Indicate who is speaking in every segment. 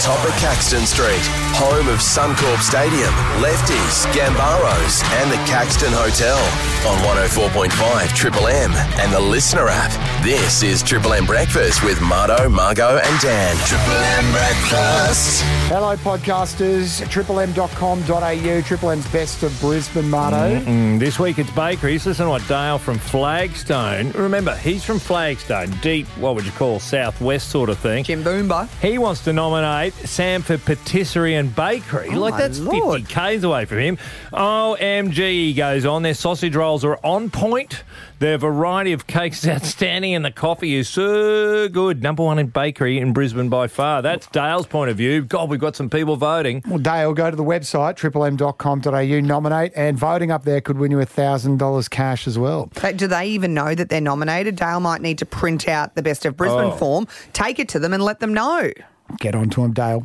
Speaker 1: top of Caxton Street, home of Suncorp Stadium, Lefties, Gambaros, and the Caxton Hotel. On 104.5 Triple M and the Listener app. This is Triple M Breakfast with Marto, Margot, and Dan. Triple M Breakfast.
Speaker 2: Hello, podcasters. triplem.com.au, Triple M's best of Brisbane, Marto.
Speaker 3: Mm-hmm.
Speaker 4: Mm, this week it's bakeries. Listen to what Dale from Flagstone. Remember, he's from Flagstone, deep, what would you call, southwest sort of thing.
Speaker 3: Jim Boomba.
Speaker 4: He wants to nominate Samford Patisserie and Bakery.
Speaker 3: Oh
Speaker 4: like
Speaker 3: my
Speaker 4: that's
Speaker 3: Lord.
Speaker 4: 50 k's away from him. OMG, he E goes on. Their sausage rolls are on point. Their variety of cakes is outstanding, and the coffee is so good. Number one in bakery in Brisbane by far. That's Dale's point of view. God, we've got some people voting.
Speaker 2: Well, Dale, go to the website, triplem.com.au, nominate, and voting up there could win you $1,000 cash as well.
Speaker 3: But do they even know that they're nominated? Dale might need to print out the best of Brisbane
Speaker 4: Oh.
Speaker 3: form, take it to them, and let them know.
Speaker 2: Get on to him, Dale.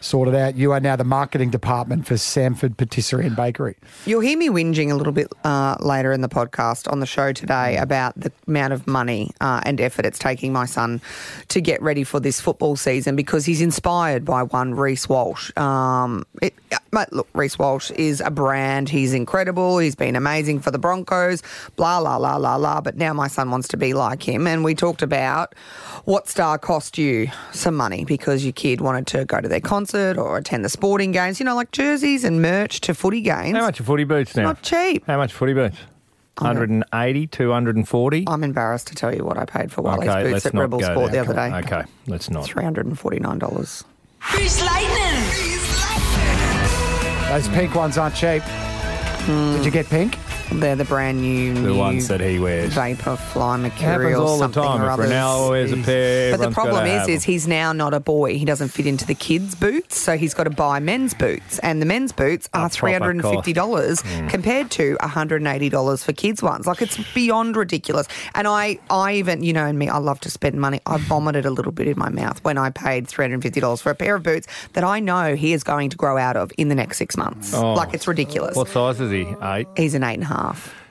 Speaker 2: Sort it out. You are now the marketing department for Samford Patisserie and Bakery.
Speaker 3: You'll hear me whinging a little bit uh, later in the podcast on the show today about the amount of money uh, and effort it's taking my son to get ready for this football season because he's inspired by one Reese Walsh. Um, it, but look, Reese Walsh is a brand. He's incredible. He's been amazing for the Broncos. Blah la la la la. But now my son wants to be like him, and we talked about what star cost you some money because your kid wanted to go to their concert or attend the sporting games. You know, like jerseys and merch to footy games.
Speaker 4: How much are footy boots now?
Speaker 3: Not cheap.
Speaker 4: How much footy boots? 180, 240?
Speaker 3: I'm embarrassed to tell you what I paid for Wally's
Speaker 4: Okay,
Speaker 3: boots
Speaker 4: let's
Speaker 3: at
Speaker 4: not
Speaker 3: Rebel
Speaker 4: go
Speaker 3: Sport
Speaker 4: there.
Speaker 3: the other day.
Speaker 4: Okay, let's not.
Speaker 3: $349.
Speaker 5: Bruce Lightning.
Speaker 2: Those pink ones aren't cheap.
Speaker 3: Hmm.
Speaker 2: Did you get pink?
Speaker 3: They're the brand new,
Speaker 4: The
Speaker 3: new
Speaker 4: ones that he wears.
Speaker 3: vapor fly
Speaker 4: happens
Speaker 3: material,
Speaker 4: all the
Speaker 3: something
Speaker 4: time.
Speaker 3: or
Speaker 4: If
Speaker 3: others.
Speaker 4: Ronaldo wears a
Speaker 3: But
Speaker 4: pair,
Speaker 3: the
Speaker 4: everyone's gotta
Speaker 3: problem is,
Speaker 4: have
Speaker 3: is
Speaker 4: them.
Speaker 3: he's now not a boy. He doesn't fit into the kids' boots, so he's got to buy men's boots, and the men's boots are three
Speaker 4: proper Hmm.
Speaker 3: hundred and fifty dollars compared to one hundred and eighty dollars for kids' ones. Like it's beyond ridiculous. And I, I even, you know, me, I love to spend money. I vomited a little bit in my mouth when I paid three hundred and fifty dollars for a pair of boots that I know he is going to grow out of in the next six months.
Speaker 4: Oh.
Speaker 3: Like it's ridiculous.
Speaker 4: What size is he? Eight.
Speaker 3: He's an eight and a half.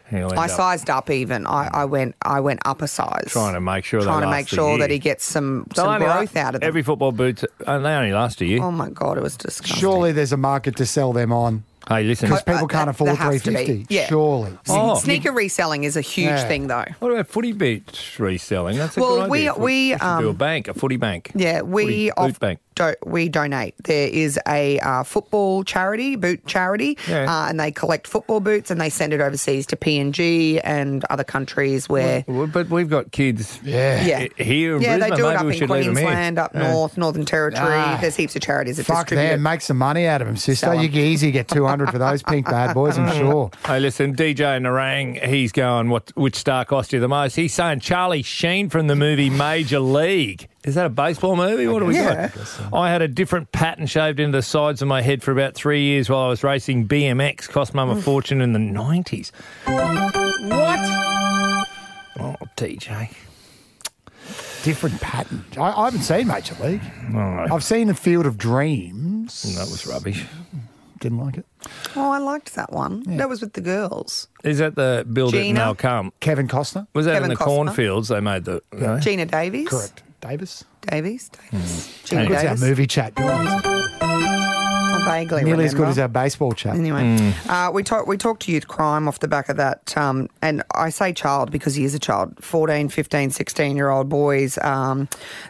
Speaker 4: He'll end
Speaker 3: I
Speaker 4: up
Speaker 3: sized up even. I, I went I went up a size.
Speaker 4: Trying to make sure they
Speaker 3: trying to
Speaker 4: last
Speaker 3: make
Speaker 4: a
Speaker 3: sure
Speaker 4: year.
Speaker 3: that he gets some,
Speaker 4: They'll
Speaker 3: some
Speaker 4: only la-
Speaker 3: growth out of them.
Speaker 4: Every football boots, and they only last a year.
Speaker 3: oh my god, it was disgusting.
Speaker 2: Surely there's a market to sell them on.
Speaker 4: Hey, listen.
Speaker 2: Because people
Speaker 3: Uh,
Speaker 2: can't
Speaker 3: that-
Speaker 2: afford
Speaker 3: there has to be.
Speaker 2: 350
Speaker 3: Yeah.
Speaker 2: Surely.
Speaker 4: Oh.
Speaker 3: Sneaker reselling is a huge
Speaker 2: Yeah.
Speaker 3: thing though.
Speaker 4: What about footy boots reselling? That's a
Speaker 3: Well,
Speaker 4: good
Speaker 3: we-
Speaker 4: idea.
Speaker 3: we,
Speaker 4: should do a
Speaker 3: um,
Speaker 4: bank, a footy bank.
Speaker 3: Yeah,
Speaker 4: Footy
Speaker 3: we
Speaker 4: boot
Speaker 3: off,
Speaker 4: bank.
Speaker 3: do, we donate. There is a uh, football charity, boot charity,
Speaker 4: Yeah.
Speaker 3: uh, and they collect football boots and they send it overseas to PNG and other countries where
Speaker 4: Well, But we've got kids.
Speaker 2: Yeah.
Speaker 3: Yeah.
Speaker 4: I- here in
Speaker 3: yeah,
Speaker 4: Brisbane,
Speaker 3: they do it
Speaker 4: maybe
Speaker 3: up
Speaker 4: we
Speaker 3: in
Speaker 4: should leave 'em here.
Speaker 3: Queensland, up
Speaker 4: Yeah.
Speaker 3: north, Northern Territory.
Speaker 2: Ah.
Speaker 3: There's heaps of charities that
Speaker 2: Fuck
Speaker 3: distribute. it.
Speaker 2: them. Make some money out of them,
Speaker 3: Sell
Speaker 2: sister.
Speaker 3: 'em. Hmm.
Speaker 2: You can easily get 200 for those pink bad boys, I'm sure.
Speaker 4: Hey, listen, DJ Narang, he's going, what, which star cost you the most? He's saying Charlie Sheen from the movie Major League. Is that a baseball movie? What are we
Speaker 3: Yeah.
Speaker 4: doing? I had a different pattern shaved into the sides of my head for about three years while I was racing BMX. Cost mum a fortune in the 90s. What? Oh, DJ.
Speaker 2: Different pattern. I, I haven't seen Major League.
Speaker 4: No.
Speaker 2: I've seen A Field of Dreams.
Speaker 4: That was rubbish.
Speaker 2: Didn't like it.
Speaker 3: Oh, I liked that one. That was with the girls.
Speaker 4: Is that the Build It and
Speaker 3: Gina?
Speaker 4: They'll Come?
Speaker 2: Kevin Costner.
Speaker 4: Was that
Speaker 3: Kevin
Speaker 4: in the
Speaker 3: Costner.
Speaker 4: cornfields? They made the. no?
Speaker 3: Gina Davies.
Speaker 2: Oh, Correct. Davis.
Speaker 3: Davies. Davies. Gina
Speaker 4: Anyway.
Speaker 2: It's our
Speaker 3: Davies.
Speaker 2: movie chat.
Speaker 3: I vaguely
Speaker 2: Nearly as
Speaker 3: remember.
Speaker 2: good as our baseball chat.
Speaker 3: Anyway,
Speaker 2: Hmm.
Speaker 3: uh, we talked we talked to youth crime off the back of that, um, and I say child because he is a child, 14, 15, 16 year old boys um,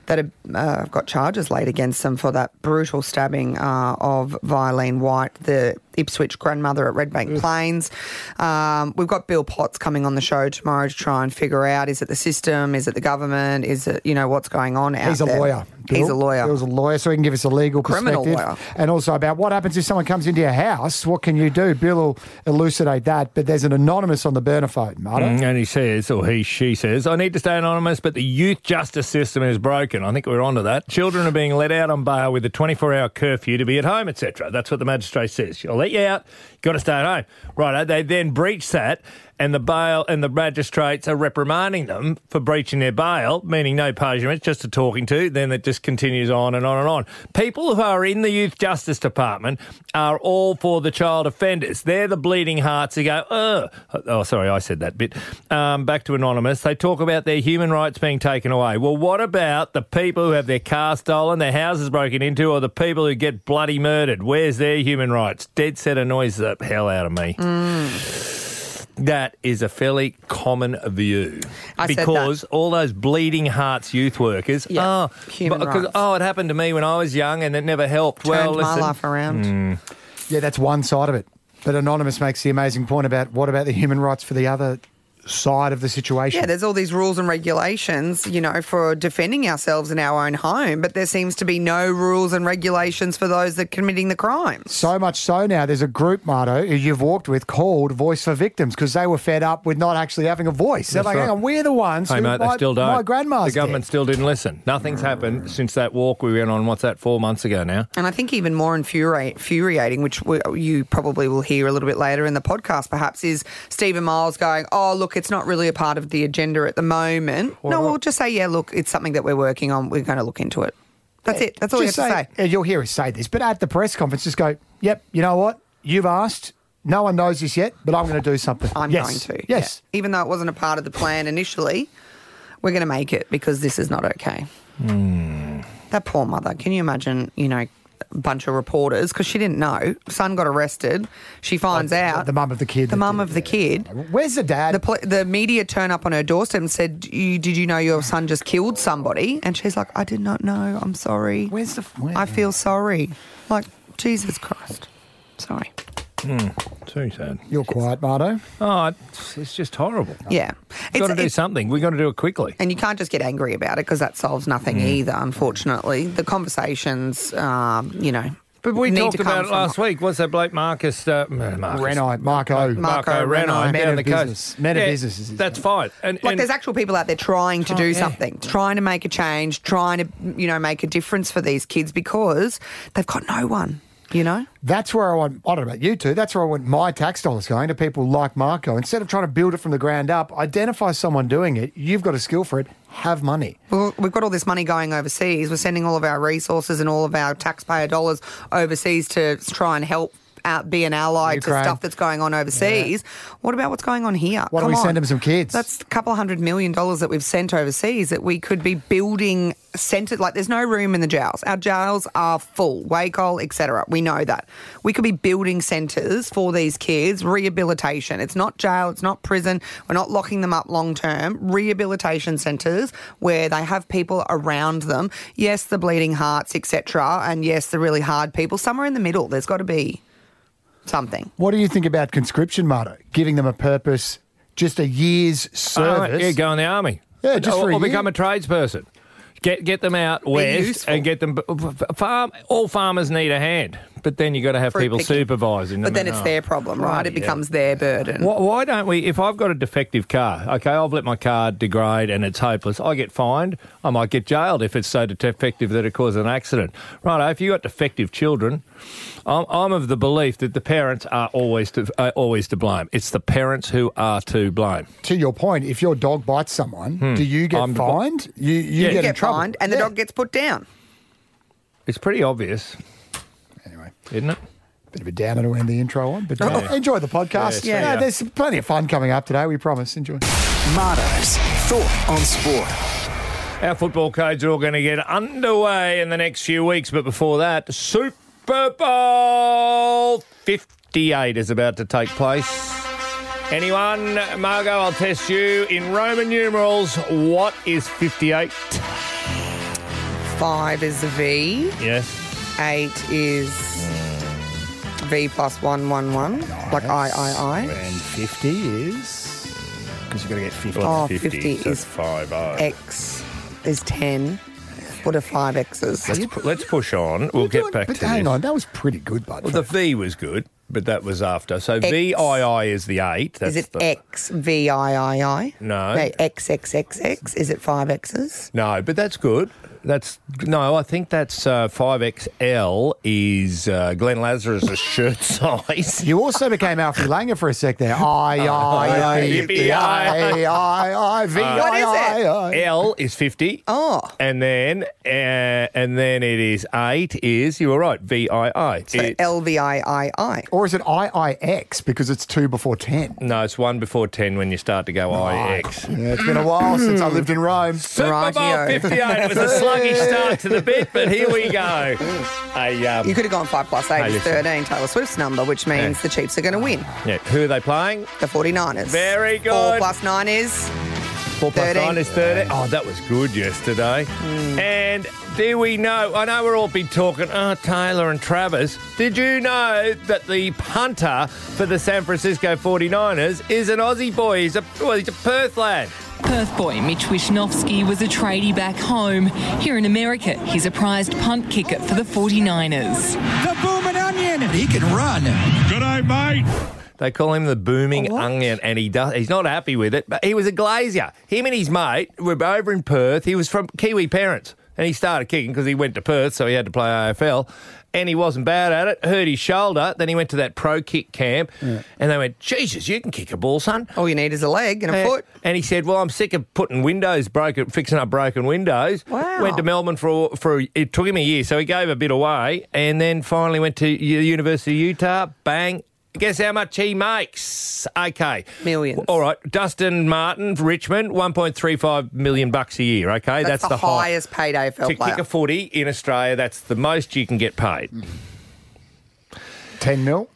Speaker 3: that have uh, got charges laid against them for that brutal stabbing uh, of Violene White, the Ipswich grandmother at Redbank Plains. Um, we've got Bill Potts coming on the show tomorrow to try and figure out is it the system, is it the government, is it you know what's going on out
Speaker 2: He's a
Speaker 3: there.
Speaker 2: lawyer.
Speaker 3: He's a
Speaker 2: Bill.
Speaker 3: lawyer.
Speaker 2: Bill's a lawyer, so he can give us a legal
Speaker 3: Criminal
Speaker 2: perspective.
Speaker 3: lawyer.
Speaker 2: And also about what happens if someone comes into your house. What can you do? Bill will elucidate that. But there's an anonymous on the burner phone, Marta.
Speaker 4: Mm, And he says, or he, she says, I need to stay anonymous, but the youth justice system is broken. I think we're onto that. Children are being let out on bail with a 24 hour curfew to be at home, etc. That's what the magistrate says. I'll let you out. You've got to stay at home. Right. They then breach that. and the bail and the magistrates are reprimanding them for breaching their bail, meaning no punishment, just a talking to. Then it just continues on and on and on. People who are in the youth justice department are all for the child offenders. They're the bleeding hearts who go, Ugh. oh, sorry, I said that bit. Um, back to anonymous. They talk about their human rights being taken away. Well, what about the people who have their car stolen, their houses broken into, or the people who get bloody murdered? Where's their human rights? Dead set annoys the hell out of me.
Speaker 3: Mm.
Speaker 4: That is a fairly common view
Speaker 3: I said that.
Speaker 4: because all those bleeding hearts youth workers.
Speaker 3: Yeah,
Speaker 4: oh,
Speaker 3: human
Speaker 4: but- 'cause,
Speaker 3: rights.
Speaker 4: oh, it happened to me when I was young, and it never helped. well,
Speaker 3: Turned my
Speaker 4: listen,
Speaker 3: life around.
Speaker 2: Hmm. Yeah, that's one side of it. But Anonymous makes the amazing point about what about the human rights for the other side of the situation?
Speaker 3: Yeah, there's all these rules and regulations, you know, for defending ourselves in our own home, but there seems to be no rules and regulations for those that are committing the crimes.
Speaker 2: So much so now, there's a group, Marto, who you've walked with called Voice for Victims because they were fed up with not actually having a voice. They're
Speaker 4: That's
Speaker 2: like,
Speaker 4: right.
Speaker 2: hang on, we're the ones
Speaker 4: Hey,
Speaker 2: who
Speaker 4: mate, they
Speaker 2: my,
Speaker 4: still don't.
Speaker 2: my grandma's
Speaker 4: The government still didn't listen. Nothing's happened since that walk we went on, what's that, four months ago now?
Speaker 3: And I think even more infuri- infuriating, which w- you probably will hear a little bit later in the podcast, perhaps, is Stephen Miles going, "Oh, look, it's not really a part of the agenda at the moment." no, we'll just say, "Yeah, look, it's something that we're working on. We're going to look into it." That's it. That's all
Speaker 2: Just
Speaker 3: you have to say.
Speaker 2: and You'll hear us say this, but at the press conference, just go, yep, you know what? You've asked. No one knows this yet, but I'm going to do something.
Speaker 3: I'm
Speaker 2: Yes.
Speaker 3: going to.
Speaker 2: Yes.
Speaker 3: Yeah. Even though it wasn't a part of the plan initially, we're going to make it because this is not okay.
Speaker 2: Hmm.
Speaker 3: That poor mother. Can you imagine, you know, a bunch of reporters because she didn't know. Son got arrested. She finds out.
Speaker 2: Oh, The mum of the kid.
Speaker 3: The
Speaker 2: that
Speaker 3: mum
Speaker 2: did
Speaker 3: of the
Speaker 2: it.
Speaker 3: kid.
Speaker 2: Where's the dad?
Speaker 3: The, pol- the media turn up on her doorstep and said, you, Did you know your son just killed somebody? And she's like, I did not know. I'm sorry.
Speaker 2: Where's the- where-
Speaker 3: I feel sorry. Like, Jesus Christ. Sorry.
Speaker 4: Too sad.
Speaker 2: You're quiet, Marto.
Speaker 4: Oh, it's, it's just horrible.
Speaker 3: Yeah.
Speaker 4: We've got to do
Speaker 3: it's,
Speaker 4: something. We've got to do it quickly.
Speaker 3: and you can't just get angry about it because that solves nothing
Speaker 4: Mm.
Speaker 3: either, unfortunately. The conversations, um, you know.
Speaker 4: But we
Speaker 3: need
Speaker 4: talked
Speaker 3: to come
Speaker 4: about it
Speaker 3: from-
Speaker 4: last week. What's that bloke Marcus? Uh, Marcus.
Speaker 2: Renai, Marco.
Speaker 3: Mar- Marco
Speaker 4: Marco
Speaker 3: Renai.
Speaker 4: Renai
Speaker 2: Man
Speaker 4: down
Speaker 2: of
Speaker 4: the
Speaker 2: business.
Speaker 4: coast.
Speaker 2: Man of business is his
Speaker 4: That's fine. And,
Speaker 3: Like
Speaker 4: and-
Speaker 3: there's actual people out there trying to
Speaker 4: Try-
Speaker 3: do
Speaker 4: yeah.
Speaker 3: something, trying to make a change, trying to you know make a difference for these kids because they've got no one, you know.
Speaker 2: That's where I want, I don't know about you two, that's where I want my tax dollars going to people like Marco. Instead of trying to build it from the ground up, identify someone doing it. You've got a skill for it, have money.
Speaker 3: Well, we've got all this money going overseas. We're sending all of our resources and all of our taxpayer dollars overseas to try and help out, be an ally
Speaker 2: Ukraine.
Speaker 3: to stuff that's going on overseas. What about what's going on here?
Speaker 2: Why
Speaker 3: Come
Speaker 2: don't we
Speaker 3: on.
Speaker 2: send 'em some kids?
Speaker 3: That's a couple of hundred million dollars that we've sent overseas that we could be building centred. Like, there's no room in the jails. Our jails are full, Wacol, etc. We know that. We could be building centres for these kids, rehabilitation. It's not jail, it's not prison. We're not locking them up long term. Rehabilitation centres where they have people around them. Yes, the bleeding hearts, etc. And yes, the really hard people. Somewhere in the middle, there's got to be something.
Speaker 2: What do you think about conscription, Marto? Giving them a purpose, just a year's
Speaker 4: Oh,
Speaker 2: service.
Speaker 4: yeah, go in the army.
Speaker 2: Yeah, just
Speaker 4: or,
Speaker 2: for a
Speaker 4: or become
Speaker 2: year.
Speaker 4: a tradesperson. Get get them out west
Speaker 3: useful.
Speaker 4: and get them farm. All farmers need a hand, but then you got to have
Speaker 3: Fruit
Speaker 4: people
Speaker 3: picking.
Speaker 4: supervising them.
Speaker 3: But then
Speaker 4: and-
Speaker 3: it's
Speaker 4: oh.
Speaker 3: their problem, right? It
Speaker 4: Bloody
Speaker 3: becomes their burden.
Speaker 4: Why, why don't we? If I've got a defective car, okay, I've let my car degrade and it's hopeless. I get fined. I might get jailed if it's so defective that it caused an accident. Right? If you got defective children, I'm, I'm of the belief that the parents are always to are always to blame. It's the parents who are to blame.
Speaker 2: to your point, if your dog bites someone,
Speaker 4: Hmm.
Speaker 2: do you get
Speaker 4: I'm-
Speaker 2: fined? You, you
Speaker 4: Yeah.
Speaker 2: get,
Speaker 4: You
Speaker 3: You
Speaker 2: in
Speaker 3: get
Speaker 2: trouble.
Speaker 3: fined, and the
Speaker 2: Yeah.
Speaker 3: dog gets put down.
Speaker 4: It's pretty obvious,
Speaker 2: Anyway,
Speaker 4: isn't it?
Speaker 2: bit of a downer to end the intro on,
Speaker 3: Oh.
Speaker 2: but uh, enjoy the podcast.
Speaker 4: Yeah,
Speaker 2: No,
Speaker 4: see ya.
Speaker 2: there's plenty of fun coming up today, we promise. Enjoy.
Speaker 1: Marto's Thought on Sport.
Speaker 4: Our football codes are all going to get underway in the next few weeks, but before that, Super Bowl 58 is about to take place. Anyone, Margot, I'll test you in Roman numerals. What is 58?
Speaker 3: Five is a V.
Speaker 4: Yes.
Speaker 3: Eight is V plus one one one. Like I I
Speaker 2: And 50 is. Because you've got to get 50.
Speaker 3: Oh, 50, 50, so is-
Speaker 4: five
Speaker 3: I. X is ten. What are five X's?
Speaker 4: Let's, pu- let's push on. We'll get back
Speaker 2: but
Speaker 4: to
Speaker 2: hang
Speaker 4: this.
Speaker 2: on, that was pretty good, bud.
Speaker 4: Well, the V was good, but that was after. So
Speaker 3: X.
Speaker 4: VII is the eight. That's
Speaker 3: Is it
Speaker 4: the,
Speaker 3: X V I I I?
Speaker 4: No.
Speaker 3: X X X X. Is it five X's?
Speaker 4: No, but that's good. That's no. I think that's uh, five XL is uh, Glenn Lazarus' shirt size.
Speaker 2: You also became Alfie Langer for a sec there. I, I, I,
Speaker 4: Yippee,
Speaker 2: I, I, I, I, V, I,
Speaker 3: What is it?
Speaker 2: I, I.
Speaker 4: L is fifty.
Speaker 3: Oh.
Speaker 4: and then uh, and then it is eight. Is you were right. V I I. It-
Speaker 3: L V I I I.
Speaker 2: Or is it IIX because it's two before 10?
Speaker 4: No, it's one before ten when you start to go I X.
Speaker 2: Yeah, it's been a while since I lived in Rome.
Speaker 4: Super Bowl
Speaker 3: Rightio.
Speaker 4: 58. It was a sluggish start to the bit, but here we go. A, um,
Speaker 3: You could have gone 5 plus 8 is
Speaker 4: listen.
Speaker 3: 13, Taylor Swift's number, which means
Speaker 4: Yeah.
Speaker 3: the Chiefs are going to win.
Speaker 4: yeah, who are they playing?
Speaker 3: The 49ers.
Speaker 4: Very
Speaker 3: 4
Speaker 4: good.
Speaker 3: plus 9 is.
Speaker 4: Four plus
Speaker 3: 13.
Speaker 4: nine is 30. Oh, that was good yesterday. And do we know? I know we're all been talking, oh, Taylor and Travis. Did you know that the punter for the San Francisco 49ers is an Aussie boy? He's a, well, he's a Perth lad.
Speaker 5: Perth boy Mitch Wishnowsky was a tradie back home. Here in America, he's a prized punt kicker for the 49ers.
Speaker 6: the booming onion. He can run. Good eye, mate.
Speaker 4: They call him the booming onion, and he does. He's not happy with it, but he was a glazier. Him and his mate were over in Perth. He was from Kiwi parents, and he started kicking because he went to Perth, so he had to play AFL. And he wasn't bad at it. Hurt his shoulder. Then he went to that pro kick camp, and they went, "Jesus, you can kick a ball, son."
Speaker 3: All you need is a leg and a
Speaker 4: And-
Speaker 3: foot.
Speaker 4: And he said, "Well, I'm sick of putting windows broken, fixing up broken windows."
Speaker 3: Wow.
Speaker 4: Went to Melbourne for for it took him a year, so he gave a bit away, and then finally went to U- University of Utah. Bang. Guess how much he makes? Okay,
Speaker 3: Millions.
Speaker 4: All right, Dustin Martin, Richmond, one point three five million bucks a year. Okay,
Speaker 3: That's, the,
Speaker 4: high-
Speaker 3: highest paid AFL
Speaker 4: to
Speaker 3: player.
Speaker 4: kick a footy in Australia. That's the most you can get paid.
Speaker 2: 10 mil?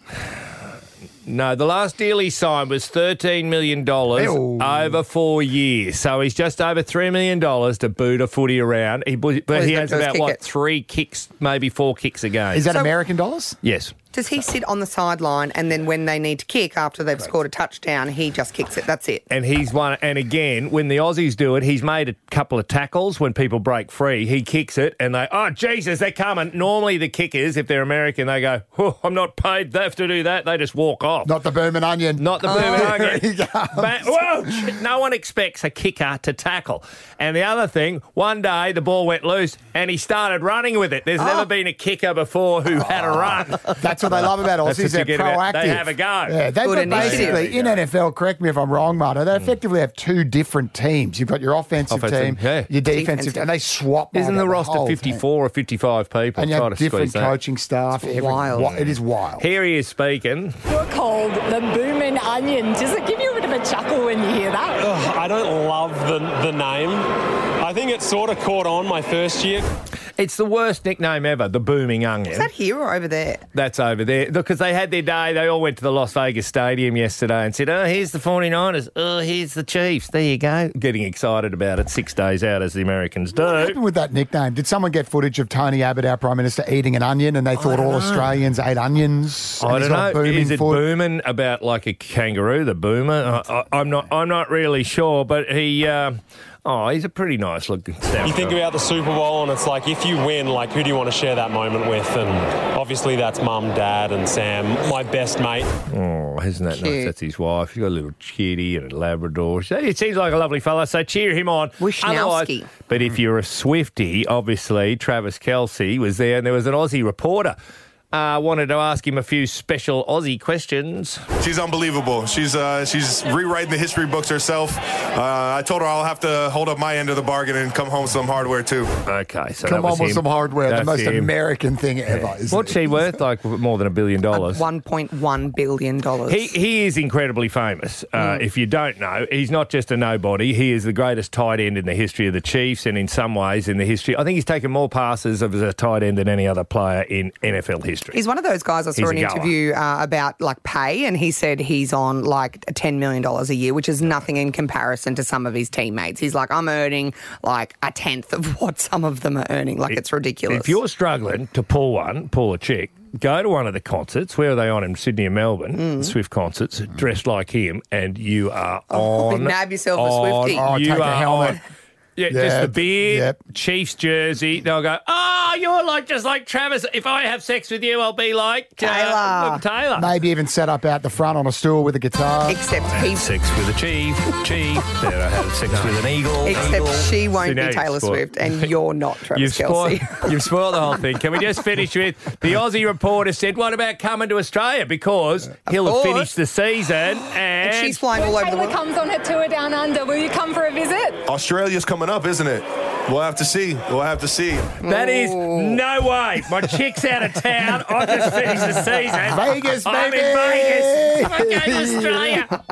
Speaker 4: No, the last deal he signed was $13 million
Speaker 2: Ew.
Speaker 4: over four years. So he's just over $3 million to boot a footy around. He, bu- but
Speaker 3: he's
Speaker 4: he
Speaker 3: not
Speaker 4: has
Speaker 3: just
Speaker 4: about,
Speaker 3: kick
Speaker 4: what,
Speaker 3: it.
Speaker 4: three kicks, maybe four kicks a game.
Speaker 2: Is that
Speaker 3: So-
Speaker 2: American dollars?
Speaker 4: yes.
Speaker 3: Does he sit on the sideline and then when they need to kick after they've scored a touchdown, he just kicks it? That's it.
Speaker 4: And he's one. And again, when the Aussies do it, he's made a couple of tackles when people break free. He kicks it, and they, oh Jesus, they're coming. Normally, the kickers, if they're American, they go, oh, I'm not paid enough to do that. They just walk off.
Speaker 2: Not the Berman onion.
Speaker 4: Not the
Speaker 2: Oh. there
Speaker 4: Birmingham.
Speaker 2: he comes.
Speaker 4: Ba- Whoa! No one expects a kicker to tackle. And the other thing, one day the ball went loose and he started running with it. There's never been a kicker before who had a run.
Speaker 2: Oh. That's what they love about
Speaker 4: That's
Speaker 2: Aussies.
Speaker 4: what you
Speaker 2: They're
Speaker 4: get about-
Speaker 2: proactive.
Speaker 4: they have a go.
Speaker 2: Yeah, they've
Speaker 3: Good
Speaker 2: got
Speaker 3: initiative.
Speaker 2: basically in NFL. Correct me if I'm wrong, Marta. They effectively have two different teams. You've got your offensive,
Speaker 4: Hmm. Offensive,
Speaker 2: team,
Speaker 4: yeah.
Speaker 2: your defensive,
Speaker 3: Defensive.
Speaker 2: and they swap.
Speaker 4: Isn't
Speaker 2: Marta,
Speaker 4: the roster
Speaker 2: whole
Speaker 4: 54 or 55 people?
Speaker 2: team. And you
Speaker 4: Try
Speaker 2: have
Speaker 4: to
Speaker 2: different
Speaker 4: squeeze that.
Speaker 2: coaching staff. every-
Speaker 3: wild.
Speaker 2: wi- It is wild.
Speaker 4: Here he is speaking.
Speaker 7: You're called the booming onion. Does it give you a bit of a chuckle when you hear that?
Speaker 8: Oh,
Speaker 9: Ugh, I don't love the, the name. I think it sort of caught on my first year.
Speaker 4: It's the worst nickname ever, the Booming Onion.
Speaker 3: Is that here or over there?
Speaker 4: That's over there. Because they had their day. They all went to the Las Vegas Stadium yesterday and said, oh, here's the 49ers. Oh, here's the Chiefs. There you go. Getting excited about it six days out, as the Americans do.
Speaker 2: What happened with that nickname? Did someone get footage of Tony Abbott, our Prime Minister, eating an onion and they thought all Australians ate onions? and
Speaker 4: I
Speaker 2: he's
Speaker 4: don't
Speaker 2: got a
Speaker 4: know.
Speaker 2: booming
Speaker 4: Is it
Speaker 2: foot?
Speaker 4: booming about like a kangaroo? The boomer? I, I, I'm not. I'm not really sure. But he, uh, oh, he's a pretty nice looking.
Speaker 9: You think about the Super Bowl, and it's like if you win, like who do you want to share that moment with? And obviously, that's mum, dad, and Sam, my best mate.
Speaker 4: Oh, isn't that nice?
Speaker 3: Cute.
Speaker 4: That's his wife. He's got a little kitty and a Labrador. So He seems like a lovely fella, so cheer him on.
Speaker 3: Wishnowsky.
Speaker 4: Otherwise- But if you're a Swifty, obviously, Travis Kelsey was there, and there was an Aussie reporter. Uh, wanted to ask him a few special Aussie questions.
Speaker 10: She's unbelievable. She's uh, she's rewriting the history books herself. Uh, I told her I'll have to hold up my end of the bargain and come home with some hardware too.
Speaker 4: Okay, so that
Speaker 2: Come
Speaker 4: was
Speaker 2: on with
Speaker 4: him.
Speaker 2: some hardware.
Speaker 4: That's
Speaker 2: the most
Speaker 4: him.
Speaker 2: American thing ever. Isn't
Speaker 4: What's
Speaker 2: it?
Speaker 4: he worth? Like more than a billion dollars.
Speaker 3: $1.1 billion.
Speaker 4: He, he is incredibly famous. Uh, If you don't know, he's not just a nobody. He is the greatest tight end in the history of the Chiefs, and in some ways, in the history, I think he's taken more passes of as a tight end than any other player in NFL history.
Speaker 3: He's one of those guys. I
Speaker 4: He's
Speaker 3: saw
Speaker 4: a
Speaker 3: an
Speaker 4: goer.
Speaker 3: interview uh, about like pay, and he said he's on like ten million dollars a year, which is nothing in comparison to some of his teammates. He's like, I'm earning like a tenth of what some of them are earning. Like it's ridiculous.
Speaker 4: If you're struggling to pull one, pull a chick, go to one of the concerts. Where are they on in Sydney and Melbourne?
Speaker 3: Hmm.
Speaker 4: Swift concerts, dressed like him, and you are
Speaker 3: Oh,
Speaker 4: on.
Speaker 3: nab yourself a
Speaker 4: on-
Speaker 3: Swiftie.
Speaker 2: Oh,
Speaker 4: you
Speaker 2: take a
Speaker 4: are
Speaker 2: helmet.
Speaker 4: on- Yeah, just
Speaker 2: Yeah,
Speaker 4: the beard,
Speaker 2: yep.
Speaker 4: Chiefs jersey. They'll go, oh, you're like just like Travis. If I have sex with you, I'll be like
Speaker 3: Taylor."
Speaker 4: uh, Taylor.
Speaker 2: Maybe even set up out the front on a stool with a guitar.
Speaker 3: Except he's,
Speaker 4: Sex with a chief, chief. Then I had sex with an eagle.
Speaker 3: except she
Speaker 4: See,
Speaker 3: won't
Speaker 4: now
Speaker 3: be
Speaker 4: you've
Speaker 3: Taylor
Speaker 4: spoiled-
Speaker 3: Swift, and you're not
Speaker 4: You've
Speaker 3: Travis
Speaker 4: spoiled,
Speaker 3: Kelsey.
Speaker 4: you've spoiled the whole thing. Can we just finish with the Aussie reporter said, "What about coming to Australia? Because he'll have
Speaker 3: course.
Speaker 4: finished the season and,
Speaker 3: And she's flying all over the
Speaker 7: Taylor
Speaker 3: world.
Speaker 7: comes on her tour down under. Will you come for a visit?
Speaker 10: Australia's coming up, isn't it? We'll have to see. We'll have to see.
Speaker 4: That is no way. My chick's out of town. I just finished the season.
Speaker 2: Vegas,
Speaker 4: I'm
Speaker 2: baby!
Speaker 4: in Vegas. I'm going to Australia.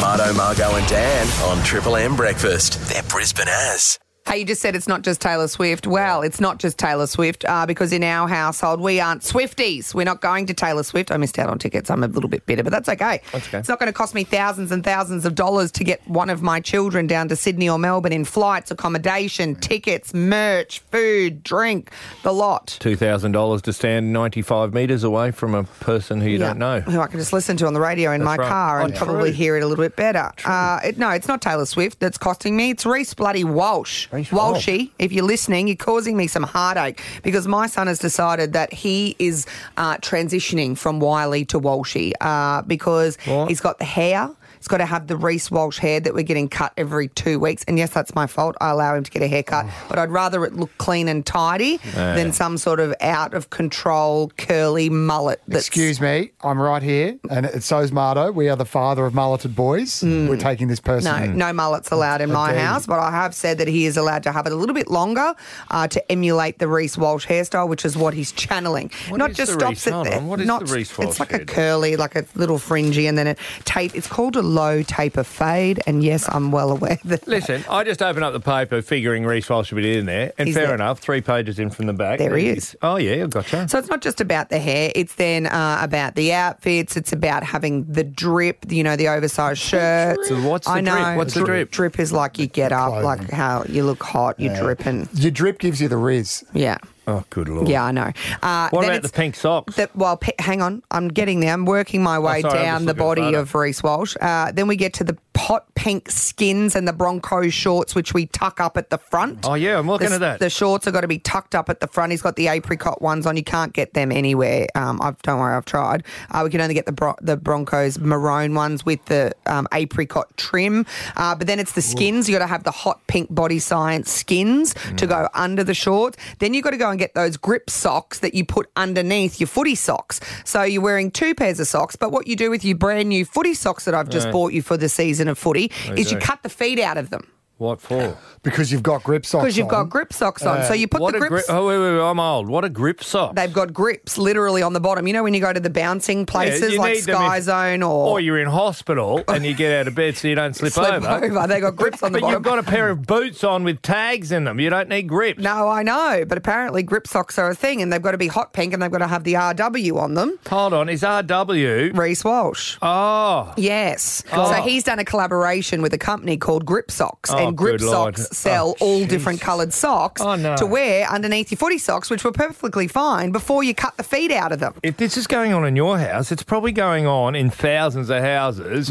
Speaker 1: Marto, Margo, and Dan on Triple M Breakfast. They're Brisbane as.
Speaker 3: Hey, you just said it's not just Taylor Swift. Well, it's not just Taylor Swift uh, because in our household we aren't Swifties. We're not going to Taylor Swift. I missed out on tickets. I'm a little bit bitter, but that's okay. That's okay. It's not going to cost me thousands and thousands of dollars to get one of my children down to Sydney or Melbourne in flights, accommodation, tickets, merch, food, drink, the lot.
Speaker 4: Two thousand dollars to stand ninety-five meters away from a person who you
Speaker 3: Yeah,
Speaker 4: don't know.
Speaker 3: Who I can just listen to on the radio in my
Speaker 4: right.
Speaker 3: car
Speaker 4: Oh,
Speaker 3: and
Speaker 4: yeah.
Speaker 3: probably
Speaker 4: True.
Speaker 3: hear it a little bit better. Uh, it, no, it's not Taylor Swift that's costing me. It's Reese bloody Walsh.
Speaker 2: Reece Walsh.
Speaker 3: Walshy, if you're listening, you're causing me some heartache because my son has decided that he is uh, transitioning from Wiley to Walshy uh, because he's got the hair. It's got to have the Reese Walsh hair that we're getting cut every two weeks. And yes, that's my fault. I allow him to get a
Speaker 4: Oh.
Speaker 3: haircut, but I'd rather it look clean and tidy than some sort of out of control curly mullet. That's,
Speaker 2: Excuse me, I'm right here, and it- so's Marto. We are the father of mulleted boys. We're taking this person.
Speaker 3: Hmm. No, no mullets allowed in my
Speaker 2: Okay.
Speaker 3: house, but I have said that he is allowed to have it a little bit longer uh, to emulate the Reese Walsh hairstyle, which is what he's channeling.
Speaker 4: What
Speaker 3: Not
Speaker 4: is
Speaker 3: just
Speaker 4: the
Speaker 3: stops
Speaker 4: Reece-
Speaker 3: it
Speaker 4: hold
Speaker 3: there.
Speaker 4: on, what is
Speaker 3: Not,
Speaker 4: the Reece Walsh
Speaker 3: It's like
Speaker 4: hair?
Speaker 3: a curly, like a little fringy, and then a tape. It's called a low taper fade, and yes, I'm well aware that
Speaker 4: Listen, I just opened up the paper figuring Reese Walsh should be in there, and
Speaker 3: He's
Speaker 4: fair
Speaker 3: there.
Speaker 4: enough, three pages in from the back.
Speaker 3: There he
Speaker 4: it
Speaker 3: is.
Speaker 4: Oh yeah, I gotcha.
Speaker 3: So it's not just about the hair. It's then uh, about the outfits. It's about having the drip. You know, the oversized shirts.
Speaker 4: So what's the
Speaker 3: I know.
Speaker 4: drip? What's the
Speaker 3: Dri-
Speaker 4: drip?
Speaker 3: Drip is like you get up,
Speaker 2: Clothing.
Speaker 3: like how you look hot, you're dripping.
Speaker 2: Your drip gives you the riz.
Speaker 3: Yeah.
Speaker 4: oh good lord.
Speaker 3: Yeah, I know. Uh,
Speaker 4: What
Speaker 3: then
Speaker 4: about the
Speaker 3: it's-
Speaker 4: pink socks?
Speaker 3: That, well, pe- hang on. I'm getting there. I'm working my way
Speaker 4: Oh, sorry, I'm just
Speaker 3: down the
Speaker 4: looking at the
Speaker 3: body
Speaker 4: photo.
Speaker 3: of Reese Walsh. Uh, then we get to the pot pink skins and the Bronco shorts, which we tuck up at the front.
Speaker 4: Oh, yeah, I'm looking
Speaker 3: The-
Speaker 4: at that.
Speaker 3: The shorts have got to be tucked up at the front. He's got the apricot ones on. You can't get them anywhere. Um, I've, don't worry, I've tried. Uh, we can only get the bro- the Broncos maroon ones with the um, apricot trim. Uh, but then it's the skins. you got to have the hot pink body science skins to go under the shorts. Then you've got to go and get those grip socks that you put underneath your footy socks. So you're wearing two pairs of socks. But what you do with your brand new footy socks that I've just bought you for the season of footy is you
Speaker 4: do.
Speaker 3: cut the feet out of them.
Speaker 4: What for?
Speaker 2: Because you've got grip socks.
Speaker 3: Because you've got
Speaker 2: on.
Speaker 3: grip socks on, so you put
Speaker 4: what
Speaker 3: the
Speaker 4: a grip?
Speaker 3: grips.
Speaker 4: Oh wait, wait, wait, I'm old. What a grip sock.
Speaker 3: They've got grips literally on the bottom. You know when you go to the bouncing places
Speaker 4: you
Speaker 3: like
Speaker 4: need them
Speaker 3: Sky
Speaker 4: if- Oh,
Speaker 3: Zone or,
Speaker 4: Or you're in hospital and you get out of bed so you don't slip,
Speaker 3: slip over. They got grips on the
Speaker 4: But
Speaker 3: bottom.
Speaker 4: you've got a pair of boots on with tags in them. You don't need grips.
Speaker 3: no, I know, but apparently grip socks are a thing, and they've got to be hot pink, and they've got to have the RW on them.
Speaker 4: Hold on, is RW?
Speaker 3: Reese Walsh.
Speaker 4: Oh,
Speaker 3: Yes. So he's done a collaboration with a company called Grip Socks,
Speaker 4: Oh,
Speaker 3: and Grip
Speaker 4: good Lord.
Speaker 3: Socks sell
Speaker 4: Oh,
Speaker 3: all
Speaker 4: Jesus.
Speaker 3: different coloured socks
Speaker 4: Oh, no.
Speaker 3: to wear underneath your footy socks, which were perfectly fine before you cut the feet out of them.
Speaker 4: if this is going on in your house, it's probably going on in thousands of houses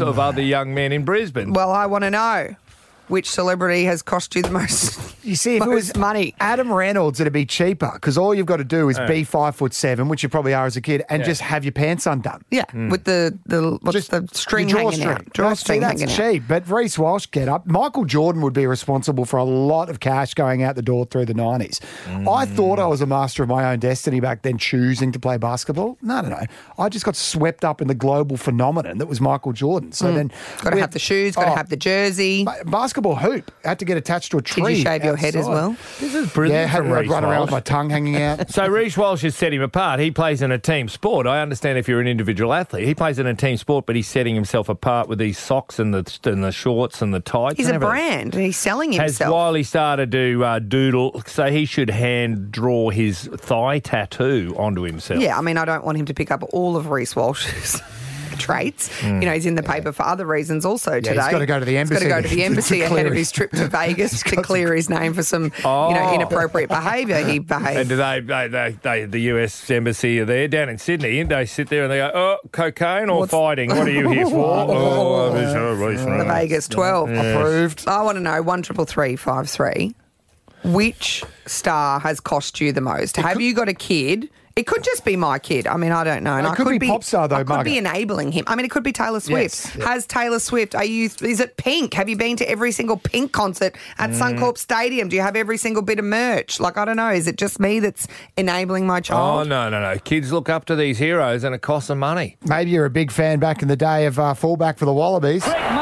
Speaker 4: of other young men in Brisbane.
Speaker 3: Well, I want to know which celebrity has cost you the most.
Speaker 2: You see, if it was
Speaker 3: Most money.
Speaker 2: Adam Reynolds, it'd be cheaper because all you've got to do is be five foot seven, which you probably are as a kid, and just have your pants undone.
Speaker 3: Yeah, with the the what's
Speaker 2: Hmm. Just
Speaker 3: the string
Speaker 2: your
Speaker 3: hanging
Speaker 2: drawstring.
Speaker 3: out,
Speaker 2: No, see,
Speaker 3: drawstring
Speaker 2: that's
Speaker 3: hanging out.
Speaker 2: cheap. But Reese Walsh, get up. Michael Jordan would be responsible for a lot of cash going out the door through the nineties. I thought I was a master of my own destiny back then, choosing to play basketball. No, no, no. I just got swept up in the global phenomenon that was Michael Jordan. So then,
Speaker 3: Got to
Speaker 2: with-
Speaker 3: Mm. have the shoes. Got to
Speaker 2: Oh,
Speaker 3: have the jersey.
Speaker 2: ba- basketball hoop had to get attached to a tree.
Speaker 3: Did you shave your head as
Speaker 2: outside.
Speaker 3: well?
Speaker 4: this is
Speaker 2: Yeah,
Speaker 4: brilliant
Speaker 2: had
Speaker 4: from Reece
Speaker 2: run around with my
Speaker 4: Walsh.
Speaker 2: tongue hanging out.
Speaker 4: So Reece Walsh has set him apart. He plays in a team sport. I understand if you're an individual athlete, he plays in a team sport, but he's setting himself apart with these socks and the and the shorts and the tights.
Speaker 3: He's a
Speaker 4: and everything.
Speaker 3: brand. and He's selling
Speaker 4: Has
Speaker 3: himself.
Speaker 4: Wiley started to uh, doodle? So he should hand draw his thigh tattoo onto himself.
Speaker 3: yeah, I mean, I don't want him to pick up all of Reese Walsh's. for traits. You know, he's in the paper for other reasons also
Speaker 2: Hmm. he's
Speaker 3: today.
Speaker 2: gotta go to the
Speaker 3: He's got to go to
Speaker 2: embassy
Speaker 3: the embassy
Speaker 2: to
Speaker 3: ahead
Speaker 2: clear
Speaker 3: of
Speaker 2: his-
Speaker 3: his trip to Vegas to
Speaker 2: got to-
Speaker 3: clear his name for some you know
Speaker 4: Oh.
Speaker 3: inappropriate behaviour he
Speaker 4: And
Speaker 3: behaved.
Speaker 4: they, they, they, they, the US Embassy are there down in Sydney, and they sit there and they go, "Oh, cocaine or
Speaker 3: What's-
Speaker 4: fighting? What are you here for?" oh, this- oh, this-
Speaker 3: The
Speaker 4: oh.
Speaker 3: Vegas twelve.
Speaker 2: Approved.
Speaker 3: I want to know one triple three five three. Which star has cost you the most? Have you got a kid? It could just be my kid. I mean, I don't know. And
Speaker 2: It
Speaker 3: I
Speaker 2: could be pop star, though,
Speaker 3: I could be
Speaker 2: Margaret.
Speaker 3: enabling him. I mean, it could be Taylor Swift.
Speaker 2: Yes, yeah.
Speaker 3: Has Taylor Swift? Are you? Is it Pink? Have you been to every single Pink concert at
Speaker 2: Mm.
Speaker 3: Suncorp Stadium? Do you have every single bit of merch? Like, I don't know. Is it just me that's enabling my
Speaker 4: Oh
Speaker 3: child?
Speaker 4: no, no, no! Kids look up to these heroes, and it costs them money.
Speaker 2: Maybe you're a big fan back in the day of uh, fullback for the Wallabies.
Speaker 4: Okay.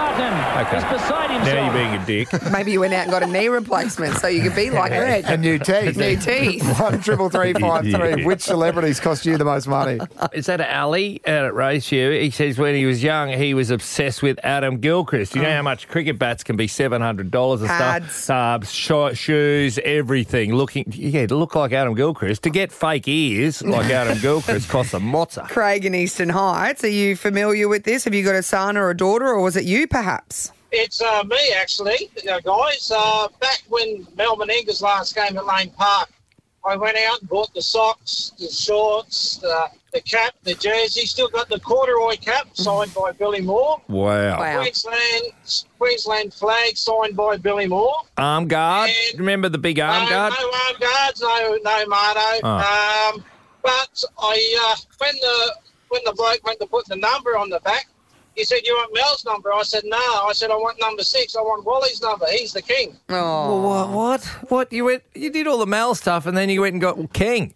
Speaker 4: Now you're being a dick.
Speaker 3: Maybe you went out and got a knee replacement so you could be like Greg.
Speaker 2: And new teeth.
Speaker 3: New teeth.
Speaker 2: One triple three five three. Which celebrities cost you the most money?
Speaker 4: Is that Ali out at Ratio? He says when he was young, he was obsessed with Adam Gilchrist. You know how much cricket bats can be seven hundred dollars and
Speaker 3: Pads.
Speaker 4: stuff, uh, sho- shoes, everything. Looking, yeah, to look like Adam Gilchrist, to get fake ears like Adam Gilchrist costs a mozza.
Speaker 3: Craig in Eastern Heights. Are you familiar with this? Have you got a son or a daughter, or was it you perhaps?
Speaker 11: It's uh, me, actually, uh, guys. Uh, back when Melbourne Eagles last game at Lane Park, I went out and bought the socks, the shorts, the, the cap, the jersey. Still got the corduroy cap signed by Billy Moore.
Speaker 4: Wow.
Speaker 3: Wow.
Speaker 11: Queensland Queensland flag signed by Billy Moore.
Speaker 4: Arm guard.
Speaker 11: And-
Speaker 4: Remember the big arm
Speaker 11: no,
Speaker 4: guard?
Speaker 11: No arm guards. No, no Mardo.
Speaker 4: Ah.
Speaker 11: Um, but I uh, when the when the bloke went to put the number on the back, he said, "You want Mel's number?" I said, "No." I said, "I want number six. I want Wally's number. He's the king."
Speaker 3: Oh,
Speaker 4: What, what? What? You went? You did all the Mal stuff, and then you went and got King.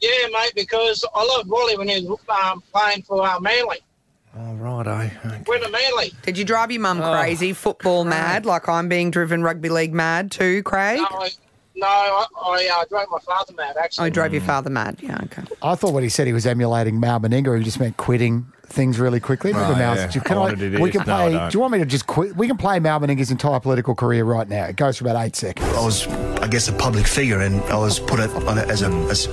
Speaker 11: Yeah, mate, because I loved Wally when he was um, playing for uh, Manly.
Speaker 4: Oh, right, I.
Speaker 11: We're the Manly.
Speaker 3: did you drive your mum crazy, football mad, like I'm being driven rugby league mad too, Craig?
Speaker 11: No, I, no, I, I uh, drove my father mad
Speaker 3: I
Speaker 11: actually.
Speaker 3: Oh, drove your father mad. Yeah, okay.
Speaker 2: I thought when he said he was emulating Mal Meninga, he just meant quitting things really quickly. Remember
Speaker 4: Right,
Speaker 2: Mal's-
Speaker 4: yeah.
Speaker 2: you- can Oh,
Speaker 4: I
Speaker 2: I,
Speaker 4: wanted to do
Speaker 2: we
Speaker 4: this.
Speaker 2: can
Speaker 4: No, I
Speaker 2: play.
Speaker 4: don't.
Speaker 2: do you want me to just quit? We can play Mal Meninga's entire political career right now. It goes for about eight seconds.
Speaker 12: I was, I guess, a public figure, and I was put at, on a, as a as,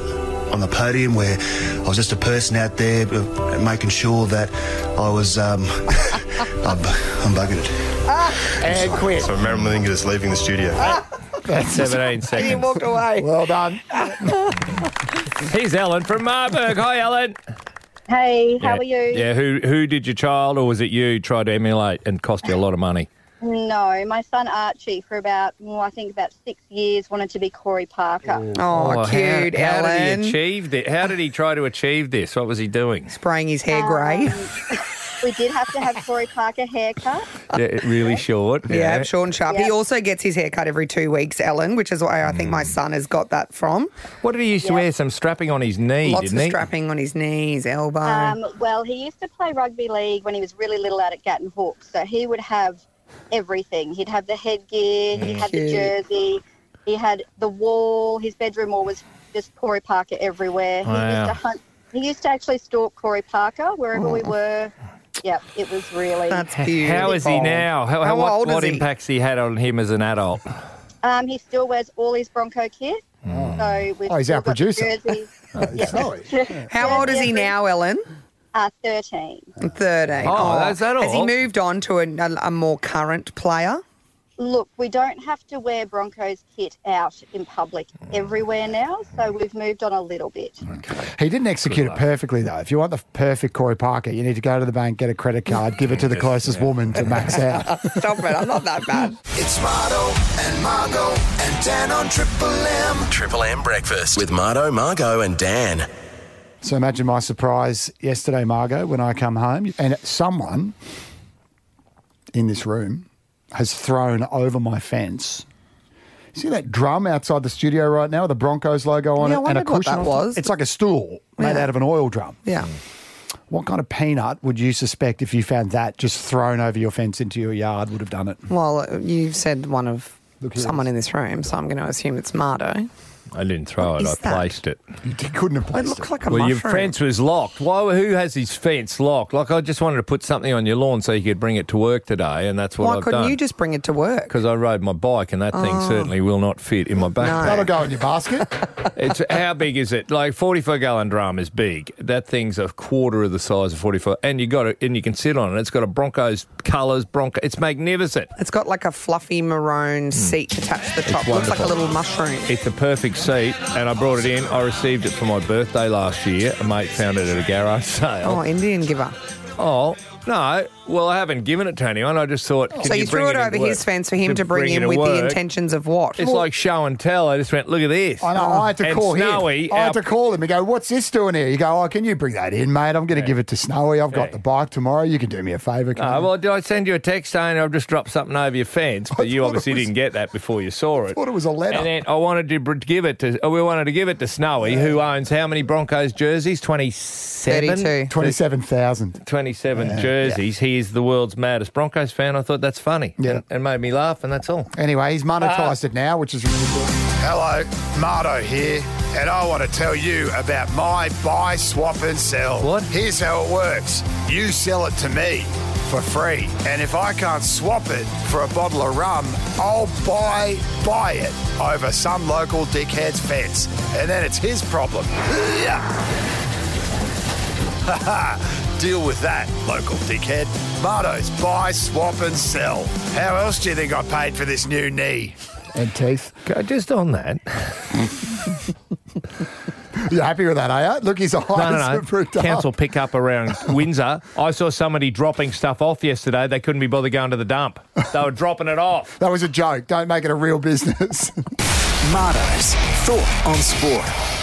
Speaker 12: on the podium where I was just a person out there uh, making sure that I was. Um, I'm, I'm buggered.
Speaker 2: And quit.
Speaker 10: So Merrill Melinga is leaving the studio.
Speaker 3: He
Speaker 4: Seventeen seconds.
Speaker 3: walked away.
Speaker 2: Well done.
Speaker 4: Here's Ellen from Marburg. Hi, Ellen.
Speaker 13: Hey, how are you?
Speaker 4: Yeah, who who did your child or was it you tried to emulate and cost you a lot of money?
Speaker 13: No, my son Archie, for about, well, I think about six years, wanted to be Corey Parker.
Speaker 3: Oh,
Speaker 4: how-
Speaker 3: cute,
Speaker 4: how,
Speaker 3: Ellen.
Speaker 4: did he achieve this? How did he try to achieve this? What was he doing?
Speaker 3: Spraying his hair grey.
Speaker 13: Um, we did have to have Corey Parker haircut.
Speaker 4: Yeah, it really short.
Speaker 3: Yeah, Sean Sharp. He
Speaker 13: Yeah.
Speaker 3: also gets his hair cut every two weeks, Ellen, which is where I think
Speaker 4: Mm.
Speaker 3: my son has got that from.
Speaker 4: What did he used to wear? Some strapping on his knee,
Speaker 3: Lots
Speaker 4: didn't
Speaker 3: of
Speaker 4: he?
Speaker 3: strapping on his knees, elbow.
Speaker 13: Um, well, he used to play rugby league when he was really little out at Gatton Hook, so he would have everything. He'd have the headgear, he had
Speaker 3: Cute.
Speaker 13: the jersey, he had the wall. His bedroom wall was just Corey Parker everywhere. He
Speaker 4: Wow.
Speaker 13: used to hunt. He used to actually stalk Corey Parker wherever we
Speaker 2: Oh.
Speaker 13: were. Yep, it was really.
Speaker 3: That's beautiful.
Speaker 4: How is he now? How,
Speaker 3: How
Speaker 4: what,
Speaker 3: old is
Speaker 4: what
Speaker 3: he?
Speaker 4: impacts he had on him as an adult?
Speaker 13: Um, he still wears all his Bronco kit. So we've
Speaker 2: Oh, he's
Speaker 13: still
Speaker 2: our
Speaker 13: got the
Speaker 2: producer.
Speaker 13: jersey.
Speaker 2: Sorry.
Speaker 3: How old is he now, Ellen?
Speaker 13: Uh, Thirteen.
Speaker 3: 13.
Speaker 4: Oh, is that
Speaker 3: Has he
Speaker 4: all?
Speaker 3: moved on to an- a, a more current player?
Speaker 13: Look, we don't have to wear Broncos kit out in public
Speaker 4: Hmm.
Speaker 13: everywhere now, so we've moved on a little bit.
Speaker 2: He didn't execute it perfectly, though. If you want the perfect Corey Parker, you need to go to the bank, get a credit card, give it to the closest woman to max out.
Speaker 3: Stop it. I'm not that bad.
Speaker 1: It's Mardo and Margo and Dan on Triple M. Triple M Breakfast with Mardo, Margo, and Dan.
Speaker 2: so imagine my surprise yesterday, Margot, when I come home and someone in this room has thrown over my fence. See that drum outside the studio right now with the Broncos logo on
Speaker 3: Yeah, I
Speaker 2: it and a
Speaker 3: wondered what
Speaker 2: cushion?
Speaker 3: that
Speaker 2: on top?
Speaker 3: was.
Speaker 2: It's like a stool made
Speaker 3: Yeah.
Speaker 2: out of an oil drum.
Speaker 3: Yeah.
Speaker 2: What kind of peanut would you suspect if you found that just thrown over your fence into your yard would have done it?
Speaker 3: Well, you've said one of
Speaker 2: Look, here it
Speaker 3: someone
Speaker 2: is.
Speaker 3: in this room, so I'm going to assume it's Mardo.
Speaker 4: I didn't throw
Speaker 2: What
Speaker 4: it. I
Speaker 2: is that?
Speaker 4: placed it.
Speaker 2: You couldn't have placed it. looks like
Speaker 4: well, your fence was locked. Why? Who has his fence locked? Like I just wanted to put something on your lawn so you could bring it to work today, and that's what
Speaker 3: Why
Speaker 4: I've
Speaker 3: couldn't
Speaker 4: done.
Speaker 3: you just bring it to work?
Speaker 4: Because I rode my bike, and that thing
Speaker 3: Oh.
Speaker 4: certainly will not fit in my backpack.
Speaker 2: That'll go in your basket.
Speaker 4: It's how big is it? Like forty-four gallon drum is big. That thing's a quarter of the size of forty-four, and you got it, and you can sit on it. It's got a Broncos colours, Bronco. It's magnificent.
Speaker 3: It's got like a fluffy maroon seat attached to the
Speaker 4: Hmm. It's
Speaker 3: top. Looks like a
Speaker 4: wonderful.
Speaker 3: little mushroom.
Speaker 4: It's a perfect seat, and I brought it in. I received it for my birthday last year. A mate found it at a garage
Speaker 3: Oh,
Speaker 4: sale.
Speaker 3: Indian giver.
Speaker 4: Oh, no. Well, I haven't given it to anyone. I just thought. can
Speaker 3: Oh, so you,
Speaker 4: bring
Speaker 3: threw it
Speaker 4: in
Speaker 3: over
Speaker 4: work-
Speaker 3: his fence for him to, bring,
Speaker 4: it
Speaker 3: in with the
Speaker 4: work?
Speaker 3: intentions of what?
Speaker 4: It's like show and tell. I just went, look at this.
Speaker 2: I know. I had to
Speaker 4: and
Speaker 2: call
Speaker 4: Snowy,
Speaker 2: him. I
Speaker 4: our-
Speaker 2: had to call him and go, "What's this doing here?" You go, "Oh, can you bring that in, mate? I'm going to give it to Snowy. I've got the bike tomorrow. You can do me a favour." can
Speaker 4: Uh,
Speaker 2: you?"
Speaker 4: well, did I send you a text saying I've just dropped something over your fence? But you obviously didn't get that before you saw it.
Speaker 2: thought it was a letter.
Speaker 4: And then I wanted to br- give it to oh, we wanted to give it to Snowy, who owns how many Broncos jerseys? Twenty seven.
Speaker 2: Twenty-seven thousand.
Speaker 4: 27
Speaker 2: Yeah.
Speaker 4: jerseys. He is the world's maddest Broncos fan. I thought that's funny.
Speaker 2: Yeah.
Speaker 4: And, and made me laugh, and that's all.
Speaker 2: Anyway, he's
Speaker 4: Ah.
Speaker 2: monetised it now, which is really good.
Speaker 14: Hello, Mardo here, and I want to tell you about my buy, swap, and sell. What? Here's how it works you sell it to me for free, and if I can't swap it for a bottle of rum, I'll buy, buy it over some local dickhead's fence, and then it's his problem. Haha, Deal with that, local dickhead. Mardo's buy, swap, and sell. How else do you think I paid for this new knee?
Speaker 2: And teeth.
Speaker 4: Uh, Just on that.
Speaker 2: You're happy with that, are you? Look, his eyes
Speaker 4: No,
Speaker 2: are
Speaker 4: no, no.
Speaker 2: pretty
Speaker 4: Council pickup around Windsor. I saw somebody dropping stuff off yesterday. They couldn't be bothered going to the dump. They were dropping it off.
Speaker 2: That was a joke. Don't make it a real business.
Speaker 1: Mardo's thought on sport.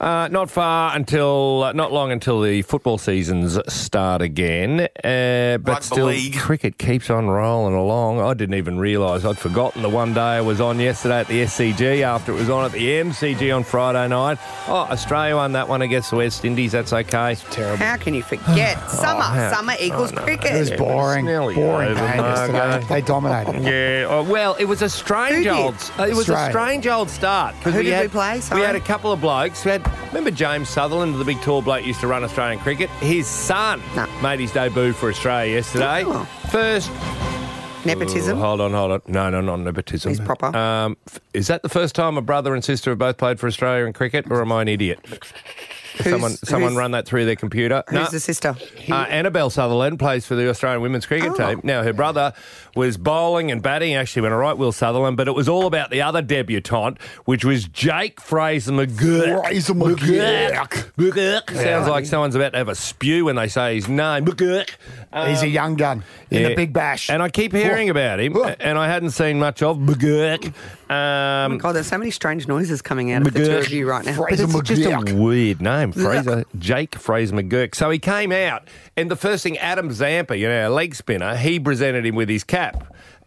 Speaker 4: Uh, not far until, uh, not long until the football seasons start again. Uh, but
Speaker 10: Rugby
Speaker 4: still,
Speaker 10: league.
Speaker 4: cricket keeps on rolling along. I didn't even realise I'd forgotten the one day I was on yesterday at the SCG after it was on at the MCG on Friday night. Oh, Australia won that one against the West Indies. That's okay. terrible.
Speaker 3: How can you forget summer?
Speaker 4: Oh, how- Oh,
Speaker 3: summer equals cricket.
Speaker 2: It was boring. Boring
Speaker 4: over,
Speaker 2: game yesterday.
Speaker 4: Margo.
Speaker 2: They dominated.
Speaker 4: Yeah. Oh, well, it was a strange
Speaker 2: Who did?
Speaker 4: old. uh, It was
Speaker 2: Australia.
Speaker 4: a strange old start. 'cause
Speaker 3: Who did we
Speaker 4: had,
Speaker 3: play? Sorry.
Speaker 4: We had a couple of blokes. We had remember James Sutherland, the big tall bloke, used to run Australian cricket. His son made his debut for Australia yesterday.
Speaker 3: Oh.
Speaker 4: First.
Speaker 3: Nepotism?
Speaker 4: Ooh, hold on, hold on. No, Oh, no, not nepotism. He's proper. Um, f- is that the first time a brother and sister have both played for Australia in cricket, or am I an idiot? someone,
Speaker 3: Who's-
Speaker 4: someone
Speaker 3: who's-
Speaker 4: run that through their computer.
Speaker 3: Who's the sister?
Speaker 4: Uh, Annabelle Sutherland plays for the Australian women's cricket
Speaker 2: Oh.
Speaker 4: team. Now, her brother was bowling and batting, actually went all right, Will Sutherland, but it was all about the other debutante, which was Jake Fraser McGurk.
Speaker 2: Fraser
Speaker 4: McGurk. McGurk.
Speaker 2: Yeah.
Speaker 4: Sounds like someone's about to have a spew when they say his name. McGurk.
Speaker 2: He's a
Speaker 4: Um,
Speaker 2: young gun in
Speaker 4: yeah.
Speaker 2: the big bash. Oh.
Speaker 4: And I keep hearing
Speaker 2: Whoa.
Speaker 4: about him,
Speaker 2: Whoa.
Speaker 4: and I hadn't seen much of McGurk. Um,
Speaker 3: God, there's so many strange noises coming out of the two
Speaker 4: McGurk.
Speaker 3: of you right now.
Speaker 4: Fraser
Speaker 3: But it's just a-
Speaker 4: McGurk. Weird name, Fraser. Jake Fraser McGurk. So he came out, and the first thing Adam Zampa, you know, our leg spinner, he presented him with his cap.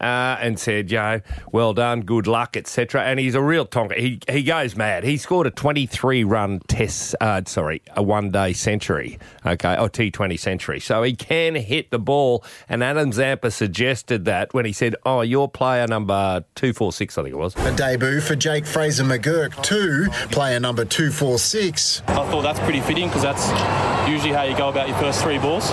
Speaker 4: Uh, and said, you know, well done, good luck, etc. And he's a real tonker. He he goes mad. He scored a 23 run test, uh, sorry, a one day century, okay, or T20 century. So he can hit the ball. And Adam Zampa suggested that when he said, oh, you're player number 246, I think it was.
Speaker 15: A debut for Jake Fraser McGurk, too, player number 246.
Speaker 9: I thought that's pretty fitting because that's usually how you go about your first three balls.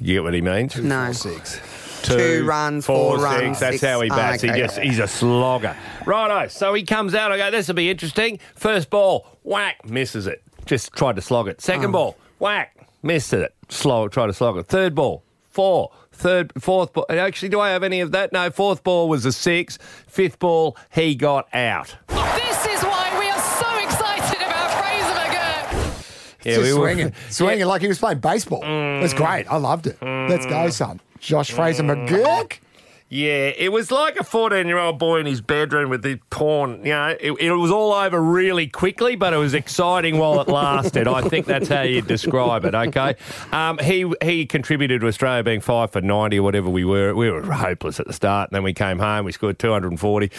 Speaker 4: You get what he means?
Speaker 3: No.
Speaker 4: six.
Speaker 3: Two runs, four runs,
Speaker 4: That's
Speaker 3: six.
Speaker 4: how he
Speaker 3: Oh,
Speaker 4: bats.
Speaker 3: okay.
Speaker 4: He just he's a slogger. Righto. So he comes out. I go, this will be interesting. First ball, whack, misses it. Just tried to slog it.
Speaker 3: Oh.
Speaker 4: Second ball, whack, missed it. Slog, tried to slog it. Third ball, four. Third, fourth ball. Actually, do I have any of that? No. Fourth ball was a six. Fifth ball, he got out.
Speaker 7: This is why we are so excited about Fraser McGurk.
Speaker 4: Yeah,
Speaker 2: Just
Speaker 4: we were- Mm.
Speaker 2: swinging, swinging like he was playing baseball. It's great. I loved it. Let's go, son. Josh Fraser McGurk.
Speaker 4: Yeah, it was like a 14 year old boy in his bedroom with his porn. You know, it, it was all over really quickly, but it was exciting while it lasted. I think that's how you describe it, okay? Um, he he contributed to Australia being five for 90 or whatever we were. We were hopeless at the start, and then we came home, we scored 240.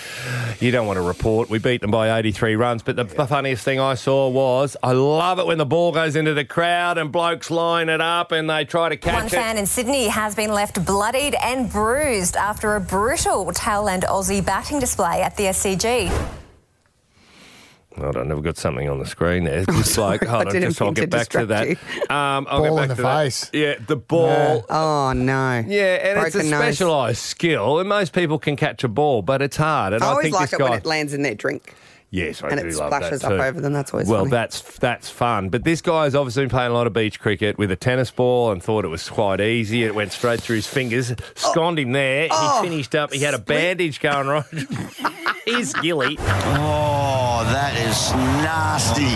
Speaker 4: You don't want to report. We beat them by 83 runs, but the funniest thing I saw was I love it when the ball goes into the crowd and blokes line it up and they try to catch
Speaker 16: One
Speaker 4: it.
Speaker 16: fan in Sydney has been left bloodied and bruised after a brutal tail end Aussie batting display at the SCG.
Speaker 4: Hold on, I've got something on the screen there. It's just like,
Speaker 3: Sorry, I
Speaker 4: hold on,
Speaker 3: didn't
Speaker 4: just I'll
Speaker 3: mean to
Speaker 4: get back to that.
Speaker 3: distract
Speaker 4: Um,
Speaker 3: Ball
Speaker 4: I'll get
Speaker 3: in
Speaker 4: back
Speaker 3: the
Speaker 4: to that. Yeah, the ball.
Speaker 3: Oh no.
Speaker 4: Yeah, and it's a
Speaker 3: Broken nose.
Speaker 4: specialised skill, and most people can catch a ball, but it's hard. And
Speaker 3: I
Speaker 4: I,
Speaker 3: always
Speaker 4: think
Speaker 3: like
Speaker 4: this
Speaker 3: it
Speaker 4: guy,
Speaker 3: when it lands in their drink.
Speaker 4: Yes, I
Speaker 3: and
Speaker 4: do
Speaker 3: it
Speaker 4: love
Speaker 3: splashes
Speaker 4: that
Speaker 3: up
Speaker 4: too.
Speaker 3: over them. That's always
Speaker 4: well,
Speaker 3: funny.
Speaker 4: that's that's fun. But this guy's obviously been playing a lot of beach cricket with a tennis ball and thought it was quite easy. It went straight through his fingers,
Speaker 3: Oh.
Speaker 4: sconed him there.
Speaker 6: Oh.
Speaker 4: he finished up. He had a bandage going right. He's gilly.
Speaker 6: Oh, that is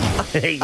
Speaker 4: nasty.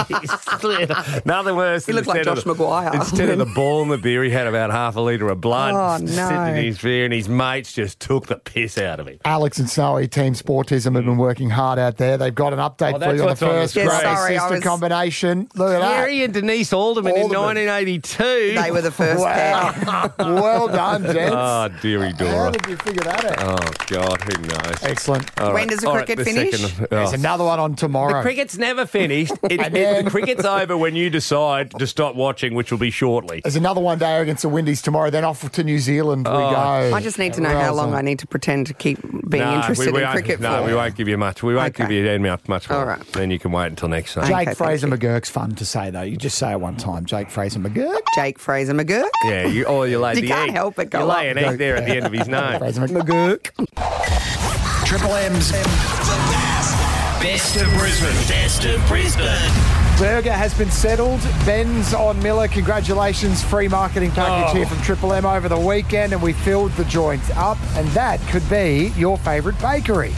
Speaker 4: Nothing worse.
Speaker 6: He
Speaker 4: than
Speaker 6: looked like
Speaker 4: instead of
Speaker 6: Josh Maguire.
Speaker 4: the- Instead of the ball in the beer, he had about half a litre of blood
Speaker 2: Oh,
Speaker 4: sitting
Speaker 2: no.
Speaker 4: in his beer, and his mates just took the piss out of him.
Speaker 2: Alex and Snowy, Team Sportism, have been working hard out there. They've got an update
Speaker 4: Oh,
Speaker 2: for
Speaker 4: that's
Speaker 2: you on the
Speaker 4: what's on the
Speaker 2: first
Speaker 4: screen.
Speaker 2: great
Speaker 4: Sorry, I
Speaker 2: sister
Speaker 4: was-
Speaker 2: combination. Look at that.
Speaker 4: Terry and Denise Alderman,
Speaker 2: Alderman.
Speaker 4: in 1982.
Speaker 2: They were the first
Speaker 4: Wow.
Speaker 2: well done, gents.
Speaker 4: Oh, dearie
Speaker 2: How
Speaker 4: Dora.
Speaker 2: did you figure that out?
Speaker 4: Oh, God, who knows?
Speaker 2: Excellent.
Speaker 4: All right. All right, the second- oh.
Speaker 2: There's another one on tomorrow.
Speaker 4: The cricket's never finished. It,
Speaker 2: And
Speaker 4: it-
Speaker 2: then-
Speaker 4: the cricket's over when you decide to stop watching, which will be shortly.
Speaker 2: There's another one day against the Windies tomorrow. Then off to New Zealand we
Speaker 4: Oh.
Speaker 2: go.
Speaker 3: I just need to know how long I need to pretend to keep being
Speaker 4: Nah,
Speaker 3: interested
Speaker 4: we, we
Speaker 3: in
Speaker 4: won't-
Speaker 3: cricket
Speaker 4: No,
Speaker 3: for.
Speaker 4: we won't give you much. We won't give you much, much more. All right. Then you can wait until next time.
Speaker 2: Jake Fraser McGurk's fun to say though. You just say it one time. Jake Fraser McGurk.
Speaker 3: Jake Fraser McGurk.
Speaker 4: Yeah, you, oh, you laid
Speaker 3: You
Speaker 4: the
Speaker 3: can't
Speaker 4: egg.
Speaker 3: help but go
Speaker 4: You lay
Speaker 3: up.
Speaker 4: an egg there at the end of his name.
Speaker 2: Fraser McGurk.
Speaker 1: Triple M's. Best of Brisbane. Best of Brisbane.
Speaker 2: Burger has been settled. Ben's on Miller. Congratulations. Free marketing package
Speaker 1: Oh.
Speaker 2: here from Triple M over the weekend, and we filled the joints up, and that could be your favourite bakery.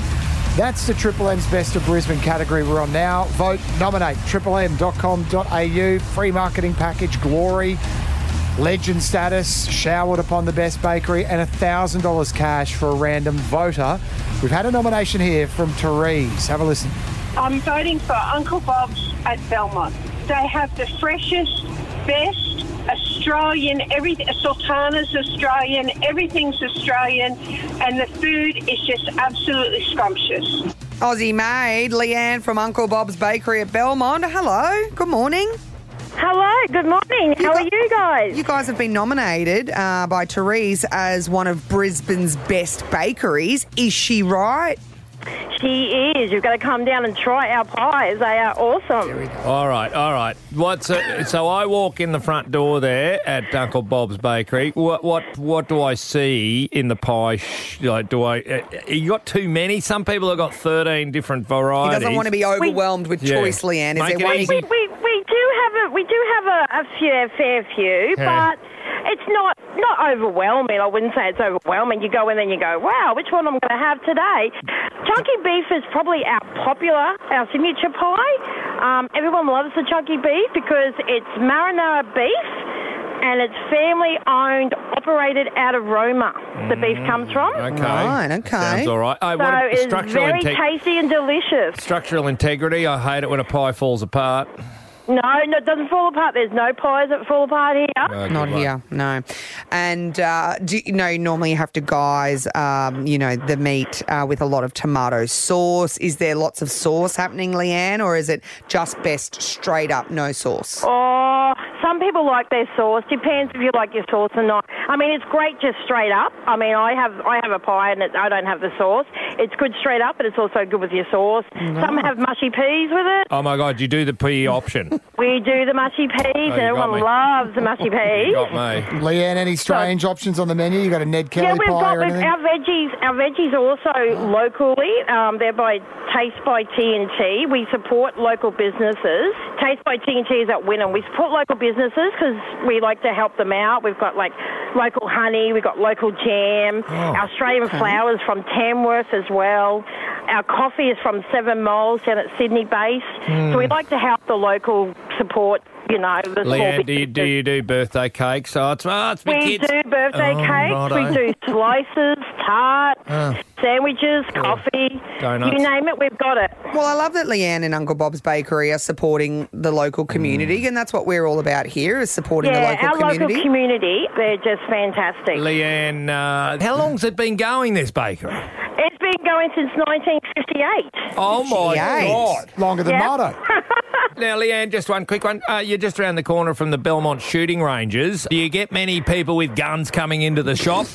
Speaker 2: That's the Triple M's Best of Brisbane category we're on now. Vote, nominate, triplem.com.au. Free marketing package, glory, legend status, showered upon the best bakery, and $1,000 cash for a random voter. We've had a nomination here from Therese. Have a listen.
Speaker 17: I'm voting for Uncle Bob's at Belmont. They have the freshest, best Australian, everything. Sultana's Australian, everything's Australian, and the food is just absolutely scrumptious.
Speaker 3: Aussie maid Leanne from Uncle Bob's Bakery at Belmont. Hello. Good morning.
Speaker 8: Hello. Good morning. How are you guys?
Speaker 3: You guys have been nominated uh, by Therese as one of Brisbane's best bakeries. Is she right?
Speaker 8: She is. You've got to come down and try our pies. They are awesome.
Speaker 4: All right, all right. What's a, so? I walk in the front door there at Uncle Bob's Bakery. What, what, what do I see in the pie? Sh- Like, do I? Uh, you got too many. Some people have got thirteen different
Speaker 3: He
Speaker 4: varieties.
Speaker 3: doesn't want to be overwhelmed with
Speaker 4: Yeah.
Speaker 3: choice, Leanne. Is
Speaker 4: Make
Speaker 3: there
Speaker 4: it
Speaker 3: one
Speaker 4: easy.
Speaker 3: he
Speaker 8: We,
Speaker 3: can-
Speaker 8: we, we do have a we do have a, a fair fair few,
Speaker 3: Okay.
Speaker 8: but it's not not overwhelming. I wouldn't say it's overwhelming. You go in and you go, wow, which one I'm going to have today? Chunky beef is probably our popular, our signature pie. Um, everyone loves the chunky beef because it's marinara beef, and it's family owned, operated out of Roma. The beef comes from.
Speaker 4: Hmm. Okay. Right, okay. Sounds all right. Hey,
Speaker 8: so
Speaker 4: what a-
Speaker 8: it's
Speaker 4: structural
Speaker 8: very
Speaker 4: integ-
Speaker 8: tasty and delicious.
Speaker 4: Structural integrity. I hate it when a pie falls apart.
Speaker 8: No, no, it doesn't fall apart. There's no pies that fall apart here.
Speaker 4: Oh, good
Speaker 3: Not
Speaker 4: luck.
Speaker 3: here, no. And uh, do you know normally you have to guise, um, you know, the meat uh, with a lot of tomato sauce? Is there lots of sauce happening, Leanne, or is it just best straight up no sauce?
Speaker 8: Oh, some people like their sauce. Depends if you like your sauce or not. I mean, it's great just straight up. I mean, I have I have a pie and it, I don't have the sauce. It's good straight up, but it's also good with your sauce. Some have mushy peas with it.
Speaker 4: Oh my God! You do the pea option.
Speaker 8: We do the mushy peas,
Speaker 4: Oh, you
Speaker 8: and
Speaker 4: got me.
Speaker 8: everyone loves the mushy peas.
Speaker 4: you got me.
Speaker 2: Leanne, any strange options on the menu? You got a Ned Kelly
Speaker 8: yeah,
Speaker 2: pie
Speaker 8: we've got
Speaker 2: or
Speaker 8: we've,
Speaker 2: anything?
Speaker 8: our veggies. Our veggies are also locally. Um, they're by Taste by TNT. We support local businesses. Taste by TNT is at Wynnum. We support local businesses because we like to help them out. We've got like local honey. We've got local jam. our Australian flowers from Tamworth as well. Our coffee is from Seven Moles down at Sydney base. So we like to help the local support. You know, the small
Speaker 4: Leanne, do you, do you do birthday cakes? Oh, it's, oh, it's my
Speaker 8: we
Speaker 4: kids.
Speaker 8: do birthday
Speaker 4: Oh,
Speaker 8: cakes.
Speaker 4: righto.
Speaker 8: We do slices, tarts,
Speaker 4: Oh.
Speaker 8: sandwiches, coffee.
Speaker 4: Donuts.
Speaker 8: You name it, we've got it.
Speaker 3: Well, I love that Leanne and Uncle Bob's Bakery are supporting the local community,
Speaker 18: Mm.
Speaker 3: and that's what we're all about here is supporting
Speaker 8: yeah,
Speaker 3: the
Speaker 8: our
Speaker 3: local community.
Speaker 8: local community, they're just fantastic.
Speaker 4: Leanne, uh, how long's it been going, this bakery?
Speaker 8: It's been going since 1958.
Speaker 4: Oh my God.
Speaker 2: Longer
Speaker 8: than Yeah.
Speaker 4: now, Leanne, just one quick one. Uh, you're just around the corner from the Belmont Shooting Ranges. Do you get many people with guns coming into the shop?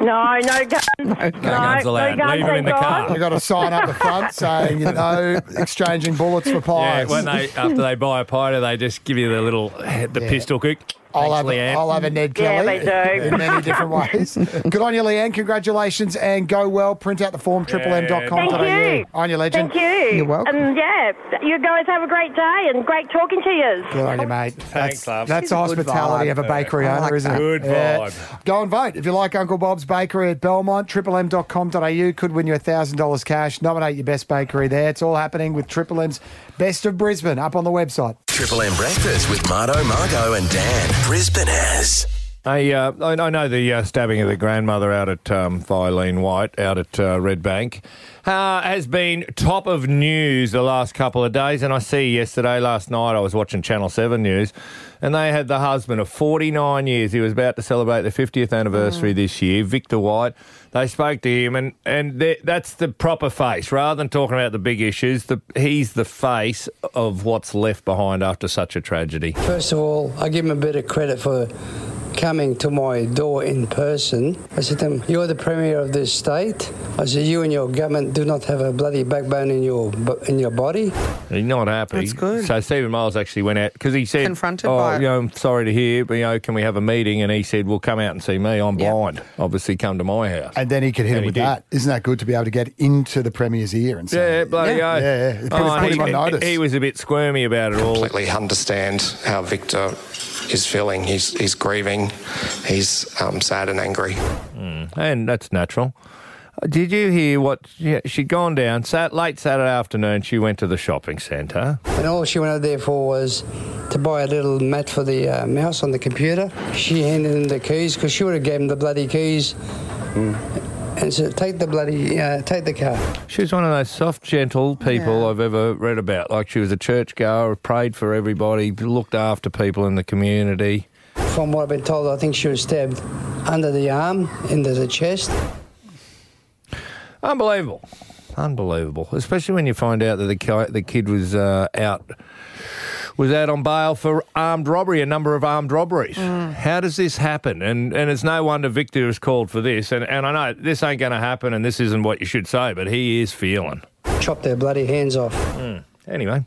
Speaker 8: No, no guns. No,
Speaker 4: guns allowed.
Speaker 8: No guns,
Speaker 4: Leave 'em in the
Speaker 8: thank
Speaker 4: car.
Speaker 8: God.
Speaker 2: They got a sign up the front saying, you know, exchanging bullets for
Speaker 4: Yeah,
Speaker 2: pies.
Speaker 4: when they after they buy a pie, do they just give you the little the pistol kick?
Speaker 2: I'll have,
Speaker 4: Thanks, Leanne.
Speaker 2: I'll have a Ned
Speaker 4: Yeah,
Speaker 2: Kelly.
Speaker 4: they do.
Speaker 2: In many different ways. Good on you, Leanne. Congratulations and go well. Print out the form, triple m dot com.
Speaker 8: Thank you.
Speaker 2: On your legend.
Speaker 8: Thank you.
Speaker 2: You're welcome.
Speaker 8: And yeah, you guys have a great day and great talking to you.
Speaker 2: Good on you, mate.
Speaker 4: Thanks,
Speaker 2: that's,
Speaker 4: love.
Speaker 2: That's
Speaker 4: She's
Speaker 2: the
Speaker 4: a good
Speaker 2: hospitality
Speaker 4: vibe.
Speaker 2: of a bakery
Speaker 4: I
Speaker 2: owner,
Speaker 4: like
Speaker 2: isn't
Speaker 4: that.
Speaker 2: it?
Speaker 4: Good
Speaker 2: Yeah.
Speaker 4: vibe.
Speaker 2: Go and vote. If you like Uncle Bob's Bakery at Belmont, triplem.com.au could win you $1,000 cash. Nominate your best bakery there. It's all happening with Triple M's Best of Brisbane up on the website.
Speaker 1: Triple M Breakfast with Marto, Margo, and Dan. Brisbane has.
Speaker 4: I, uh, I I know the uh, stabbing of the grandmother out at um, Thylene White out at uh, Red Bank uh, has been top of news the last couple of days. And I see yesterday, last night, I was watching Channel 7 News and they had the husband of 49 years. He was about to celebrate the 50th anniversary this year, Victor White. They spoke to him and, and th- that's the proper face. Rather than talking about the big issues, the, he's the face of what's left behind after such a tragedy.
Speaker 18: First of all, I give him a bit of credit for coming to my door in person. I said to him, You're the Premier of this state. I said, You and your government do not have a bloody backbone in your, in your body.
Speaker 4: He's not happy. That's good. So Stephen Miles actually went out because he said,
Speaker 18: Confronted
Speaker 4: "Oh,
Speaker 18: by it.
Speaker 4: you know, I'm sorry to hear, but you know, can we have a meeting?" And he said, "Well, come out and see me. I'm blind. Obviously, come to my house."
Speaker 2: And then he could hit
Speaker 4: And
Speaker 2: him
Speaker 4: he
Speaker 2: with
Speaker 4: did.
Speaker 2: that. Isn't that good to be able to get into the Premier's ear and say,
Speaker 4: Yeah, bloody
Speaker 2: yeah,
Speaker 4: oath.
Speaker 2: yeah, yeah. It put,
Speaker 4: Oh,
Speaker 2: put
Speaker 4: he,
Speaker 2: him on notice.
Speaker 4: he was a bit squirmy about it all.
Speaker 19: completely understand how Victor is feeling. He's, he's grieving, he's um, sad and angry.
Speaker 4: and that's natural. Uh, Did you hear what yeah, she'd gone down sat, late Saturday afternoon? She went to the shopping centre.
Speaker 18: And all she went out there for was to buy a little mat for the uh, mouse on the computer. She handed him the keys because she would have gave him the bloody keys and said, Take the bloody, uh, take the car.
Speaker 4: She was one of those soft, gentle people I've ever read about. Like she was a churchgoer, prayed for everybody, looked after people in the community.
Speaker 18: From what I've been told, I think she was stabbed under the arm, into the chest.
Speaker 4: Unbelievable. Unbelievable, especially when you find out that the ki- the kid was uh, out was out on bail for armed robbery, a number of armed robberies. How does this happen? And and it's no wonder Victor was called for this. And and I know this ain't going to happen, and this isn't what you should say, but he is feeling.
Speaker 18: Chopped their bloody hands off.
Speaker 4: Anyway,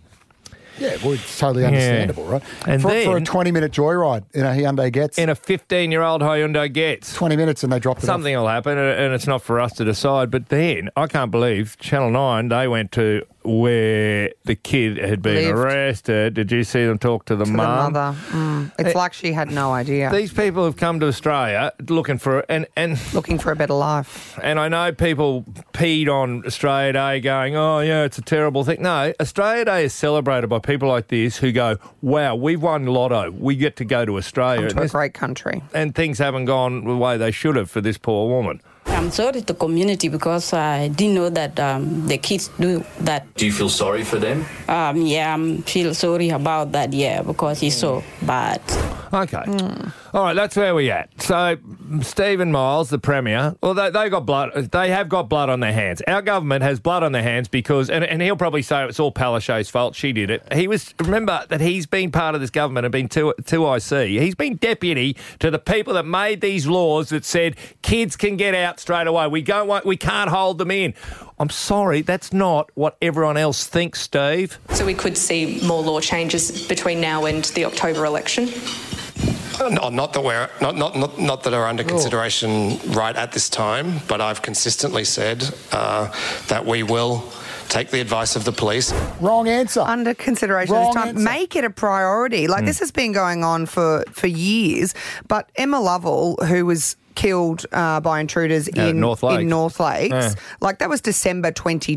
Speaker 2: yeah, well, it's totally
Speaker 4: Yeah.
Speaker 2: understandable, right?
Speaker 4: And
Speaker 2: for, for a
Speaker 4: then-
Speaker 2: 20 minute joyride in a Hyundai gets.
Speaker 4: In a 15 year old Hyundai gets.
Speaker 2: 20 minutes and they dropped it off.
Speaker 4: Something will happen, and and it's not for us to decide. But then I can't believe Channel Nine. They went to where the kid had been
Speaker 3: Lived.
Speaker 4: arrested. Did you see them talk to the
Speaker 3: to
Speaker 4: mum?
Speaker 3: the mother. Mm. It's
Speaker 4: It-
Speaker 3: like she had no idea.
Speaker 4: These people have come to Australia looking for and and
Speaker 3: looking for a better life.
Speaker 4: And I know people peed on Australia Day, going, "Oh yeah, it's a terrible thing." No, Australia Day is celebrated by people like this who go, "Wow, we've won Lotto. We get to go to Australia,
Speaker 3: Come to a
Speaker 4: And this-
Speaker 3: great country."
Speaker 4: and things haven't gone the way they should have for this poor woman."
Speaker 20: I'm sorry to community because I didn't know that um, the kids do that.
Speaker 21: Do you feel sorry for them?
Speaker 20: Um, yeah, I feel sorry about that. Yeah, because it's so bad.
Speaker 4: Okay. All right, that's where we at. So Stephen Miles, the premier, well, they, they got blood. They have got blood on their hands. Our government has blood on their hands because, and, and he'll probably say it's all Palaszczuk's fault. She did it. He was remember that he's been part of this government and been two two IC. He's been deputy to the people that made these laws that said kids can get out straight away. We don't want. We can't hold them in. I'm sorry, that's not what everyone else thinks, Steve.
Speaker 22: So we could see more law changes between now and the October election.
Speaker 19: No, oh, not that we're not, not, not, not that are under consideration right at this time, but I've consistently said uh, that we will take the advice of the police.
Speaker 2: Wrong answer.
Speaker 3: Under consideration
Speaker 19: Wrong
Speaker 3: this time.
Speaker 19: answer.
Speaker 3: Make it a priority. Like this has been going on for for years. But Emma Lovell, who was killed uh, by intruders
Speaker 4: Out at
Speaker 3: in
Speaker 4: North Lakes.
Speaker 3: in North Lakes,
Speaker 4: Yeah.
Speaker 3: like that was December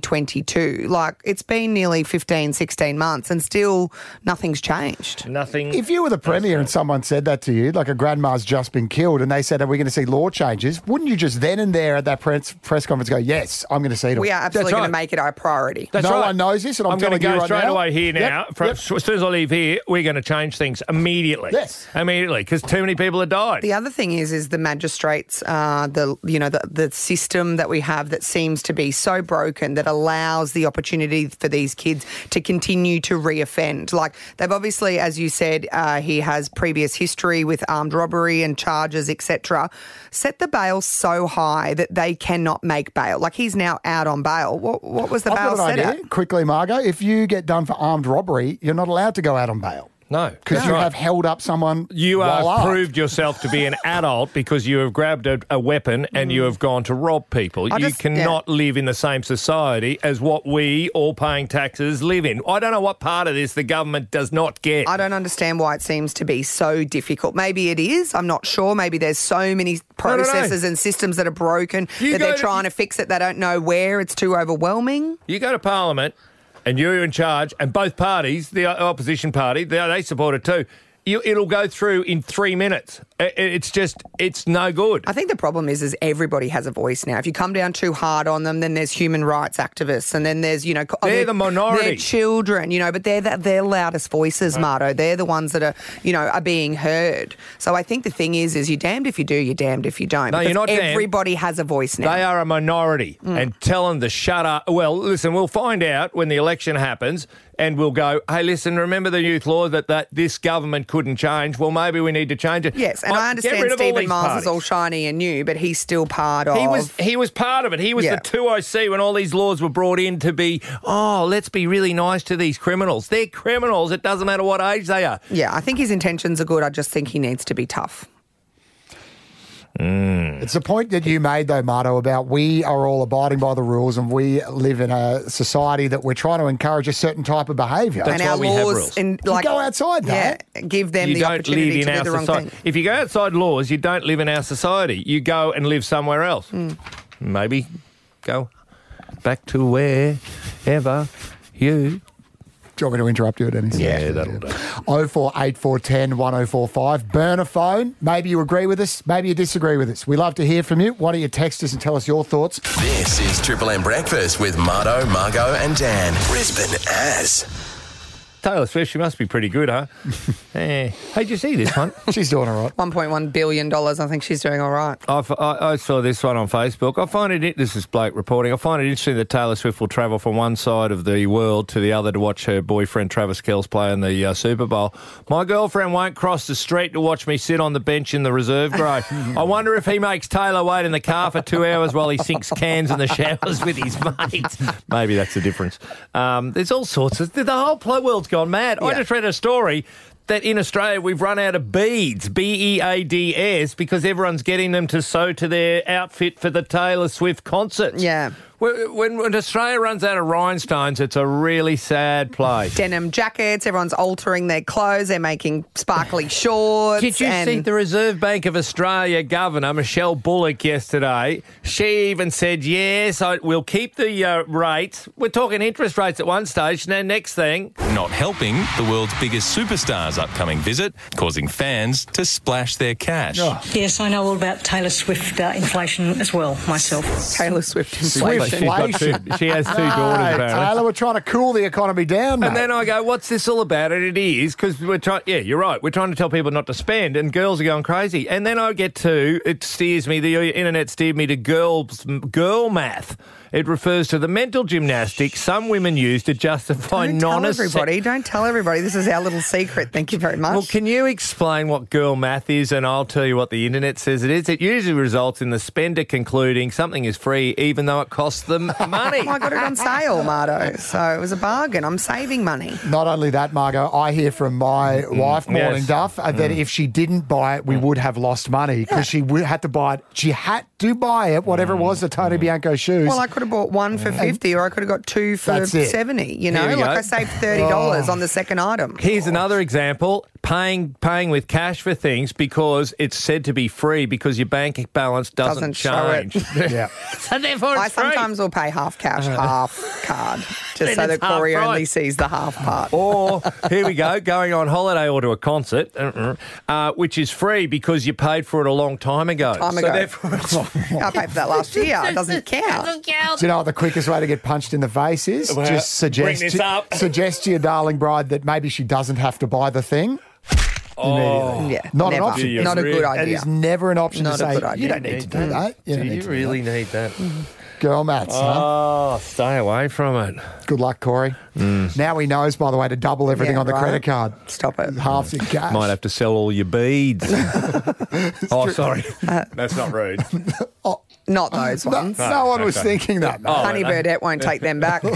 Speaker 3: 2022. Like it's been nearly 15, 16 months, and still nothing's changed.
Speaker 4: Nothing.
Speaker 2: If you were the premier and someone said that to you, like a grandma's just been killed, and they said, "Are we going to see law changes?" Wouldn't you just then and there at that press, press conference go, "Yes, I'm going to see them."
Speaker 3: we are absolutely
Speaker 2: That's
Speaker 3: going to make it our priority.
Speaker 2: That's No right. one knows this, and I'm
Speaker 4: I'm, going to
Speaker 2: telling you
Speaker 4: go
Speaker 2: right
Speaker 4: straight
Speaker 2: now.
Speaker 4: away here
Speaker 2: Yep,
Speaker 4: now. From,
Speaker 2: yep.
Speaker 4: As soon as I leave here, we're going to change things immediately.
Speaker 3: Yes.
Speaker 4: Immediately, because too many people have died.
Speaker 3: The other thing is, is the magistrate celebrates uh, the you know the, the system that we have that seems to be so broken that allows the opportunity for these kids to continue to reoffend. Like they've obviously, as you said, uh, he has previous history with armed robbery and charges, etc. Set the bail so high that they cannot make bail. Like he's now out on bail. What, what was the
Speaker 2: I've
Speaker 3: bail
Speaker 2: got an
Speaker 3: set at?
Speaker 2: idea. Quickly, Margot, if you get done for armed robbery, you're not allowed to go out on bail.
Speaker 4: No.
Speaker 2: Because
Speaker 4: that's
Speaker 2: you
Speaker 4: right.
Speaker 2: have held up someone.
Speaker 4: You
Speaker 2: while
Speaker 4: have
Speaker 2: armed.
Speaker 4: proved yourself to be an adult because you have grabbed a, a weapon and you have gone to rob people.
Speaker 3: I
Speaker 4: you
Speaker 3: just-
Speaker 4: cannot live in the same society as what we, all paying taxes, live in. I don't know what part of this the government does not get.
Speaker 3: I don't understand why it seems to be so difficult. Maybe it is. I'm not sure. Maybe there's so many
Speaker 4: no, no.
Speaker 3: processes and systems that are broken
Speaker 4: You
Speaker 3: that
Speaker 4: go
Speaker 3: they're
Speaker 4: to-
Speaker 3: trying to fix it. They don't know where. It's too overwhelming.
Speaker 4: You go to Parliament and you're in charge, and both parties, the o- opposition party, they, they support it too. You, it'll go through in three minutes. I- I- it's just, it's no good.
Speaker 3: I think the problem is, is everybody has a voice now. If you come down too hard on them, then there's human rights activists, and then there's you know co-
Speaker 4: They're
Speaker 3: their-
Speaker 4: the minority.
Speaker 3: their children, you know, but they're the, their loudest voices, Marto. They're the ones that are you know are being heard. So I think the thing is, is you're damned if you do, you're damned if you don't.
Speaker 4: No, you're
Speaker 3: because
Speaker 4: not damned.
Speaker 3: Everybody has a voice now. Mm.
Speaker 4: They are a minority, and tell them to shut up. Well, listen, we'll find out when the election happens, and we'll go. Hey, listen, remember the youth law that, that this government couldn't change. Well, maybe we need to change it.
Speaker 3: Yes, and
Speaker 4: Like,
Speaker 3: I
Speaker 4: get
Speaker 3: understand
Speaker 4: rid of all
Speaker 3: Stephen
Speaker 4: these
Speaker 3: Miles
Speaker 4: parties.
Speaker 3: is all shiny and new, but he's still part of.
Speaker 4: He was he was part of it. He was
Speaker 3: Yeah.
Speaker 4: the two OC when all these laws were brought in to be. Oh, let's be really nice to these criminals. They're criminals. It doesn't matter what age they are.
Speaker 3: Yeah, I think his intentions are good. I just think he needs to be tough.
Speaker 2: It's the point that you made, though, Marto, about we are all abiding by the rules and we live in a society that we're trying to encourage a certain type of behaviour.
Speaker 4: That's
Speaker 3: and our
Speaker 4: why we have
Speaker 3: laws
Speaker 4: rules.
Speaker 3: and
Speaker 2: You
Speaker 3: like
Speaker 2: go outside, though.
Speaker 3: yeah, give them
Speaker 4: you
Speaker 3: the
Speaker 4: don't live
Speaker 3: opportunity
Speaker 4: in
Speaker 3: to do
Speaker 4: our
Speaker 3: the wrong
Speaker 4: society.
Speaker 3: thing.
Speaker 4: If you go outside laws, you don't live in our society. You go and live somewhere else.
Speaker 3: Hmm.
Speaker 4: Maybe go back to wherever you.
Speaker 2: Do you want me to interrupt you at any stage?
Speaker 4: Yeah, that'll do.
Speaker 2: 048410 1045. Burn a phone. Maybe you agree with us. Maybe you disagree with us. We love to hear from you. Why don't you text us and tell us your thoughts?
Speaker 1: This is Triple M Breakfast with Marto, Margot, and Dan. Brisbane as.
Speaker 4: Taylor Swift, she must be pretty good, huh? eh. Hey, did you see this one?
Speaker 2: She's doing all right.
Speaker 3: One point one billion dollars. I think she's doing all right.
Speaker 4: I've, I, I saw this one on Facebook. I find it. This is Blake reporting. I find it interesting that Taylor Swift will travel from one side of the world to the other to watch her boyfriend Travis Kelce play in the uh, Super Bowl. My girlfriend won't cross the street to watch me sit on the bench in the reserve grade. I wonder if he makes Taylor wait in the car for two hours while he sinks cans in the showers with his mates. Maybe that's the difference. Um, there's all sorts of. The whole pl- world's gone mad. I just read a story that in Australia we've run out of beads, B E A D S, because everyone's getting them to sew to their outfit for the Taylor Swift concerts.
Speaker 3: Yeah.
Speaker 4: When, when- when Australia runs out of rhinestones, it's a really sad place.
Speaker 3: Denim jackets. Everyone's altering their clothes. They're making sparkly shorts.
Speaker 4: Did you
Speaker 3: and
Speaker 4: see the Reserve Bank of Australia Governor Michelle Bullock yesterday? She even said, "Yes, I, we'll keep the uh, rates. We're talking interest rates at one stage. Now, next thing,
Speaker 5: Not helping the world's biggest superstar's upcoming visit, causing fans to splash their cash.
Speaker 4: Oh.
Speaker 21: Yes, I know all about Taylor Swift uh, inflation as well myself.
Speaker 3: Taylor Swift
Speaker 4: Swift She's got inflation. two- she has two daughters,
Speaker 2: Right,
Speaker 4: apparently.
Speaker 2: Taylor, we're trying to cool the economy down. mate.
Speaker 4: And then I go, what's this all about? And it is because we're trying. Yeah, you're right. We're trying to tell people not to spend, and girls are going crazy. And then I get to it steers me. The internet steered me to girls girl math. It refers to the mental gymnastics some women use to justify
Speaker 3: Don't
Speaker 4: non
Speaker 3: tell everybody. Don't tell everybody. This is our little secret. Thank you very much.
Speaker 4: Well, can you explain what girl math is, and I'll tell you what the internet says it is. It usually results in the spender concluding something is free, even though it costs them money.
Speaker 3: Oh, I got it on sale, Marto. So it was a bargain. I'm saving money.
Speaker 2: Not only that, Margot, I hear from my wife, Morning
Speaker 4: Mm, Yes.
Speaker 2: Duff, uh, that
Speaker 4: Mm.
Speaker 2: if she didn't buy it, we would have lost money because she would, had to buy it. She had to buy it, whatever
Speaker 4: Mm,
Speaker 2: it was, the Tony Bianco shoes.
Speaker 3: Well, I could have bought one for fifty, or I could have got two for
Speaker 2: That's it.
Speaker 3: seventy. You
Speaker 4: Here
Speaker 3: know,
Speaker 4: we
Speaker 3: like
Speaker 4: go. Oh.
Speaker 3: I saved thirty dollars on the second item.
Speaker 4: Here's another example: paying paying with cash for things because it's said to be free because your bank balance doesn't,
Speaker 3: Doesn't show it.
Speaker 4: change. yeah. So therefore,
Speaker 3: I sometimes will pay half cash, half card, just
Speaker 4: Then
Speaker 3: so
Speaker 4: it's
Speaker 3: that Corey
Speaker 4: half
Speaker 3: only
Speaker 4: price. Oh.
Speaker 3: sees the half part.
Speaker 4: Or here we go, going on holiday or to a concert, uh-uh, uh, which is free because you paid for it a long time ago.
Speaker 3: Time
Speaker 4: so
Speaker 3: ago.
Speaker 4: therefore, it's-
Speaker 3: I paid for that last year. It doesn't count.
Speaker 2: Do you know what the quickest way to get punched in the face is?
Speaker 4: Well,
Speaker 2: Just
Speaker 4: bring
Speaker 2: suggest
Speaker 4: this up.
Speaker 2: suggest to your darling bride that maybe she doesn't have to buy the thing.
Speaker 4: Oh.
Speaker 2: immediately.
Speaker 3: Yeah,
Speaker 2: not
Speaker 3: never.
Speaker 2: an option.
Speaker 3: Not a good
Speaker 2: It
Speaker 3: idea.
Speaker 2: is never an option
Speaker 3: Not
Speaker 2: to
Speaker 3: a
Speaker 2: say
Speaker 3: good idea.
Speaker 2: you don't need to do
Speaker 3: Mm.
Speaker 4: Mm-hmm.
Speaker 2: that. You don't
Speaker 3: Do
Speaker 2: need
Speaker 3: you
Speaker 2: to
Speaker 3: really Uh.
Speaker 2: do that. Mm-hmm.
Speaker 4: need that.
Speaker 2: Girl mats, huh?
Speaker 4: Oh, stay away from it.
Speaker 2: Good luck, Corey.
Speaker 4: Mm.
Speaker 2: Now he knows, by the way, to double everything
Speaker 4: Yeah,
Speaker 2: on the
Speaker 4: right.
Speaker 2: credit card.
Speaker 3: Stop it.
Speaker 2: Half your cash.
Speaker 4: Might have to sell all your beads. oh, sorry.
Speaker 10: That's not rude.
Speaker 3: Not those ones.
Speaker 4: no No, one was Ah, okay. thinking that, no.
Speaker 3: Honey
Speaker 4: Oh, no.
Speaker 3: Birdette won't take them back.
Speaker 4: See,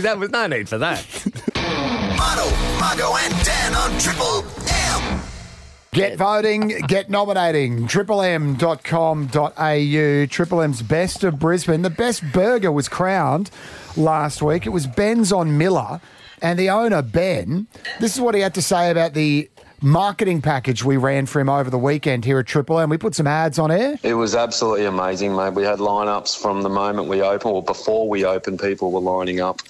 Speaker 4: that was no need for that.
Speaker 1: Muddle, Muggle, and Dan on Triple M.
Speaker 2: Get voting, get nominating. triplem.com.au. Triple M's best of Brisbane. The best burger was crowned last week. It was Ben's on Miller. And the owner, Ben, this is what he had to say about the marketing package we ran for him over the weekend here at Triple M. We put some ads on air.
Speaker 11: It was absolutely amazing, mate. We had lineups from the moment we opened, or before we opened, people were lining up,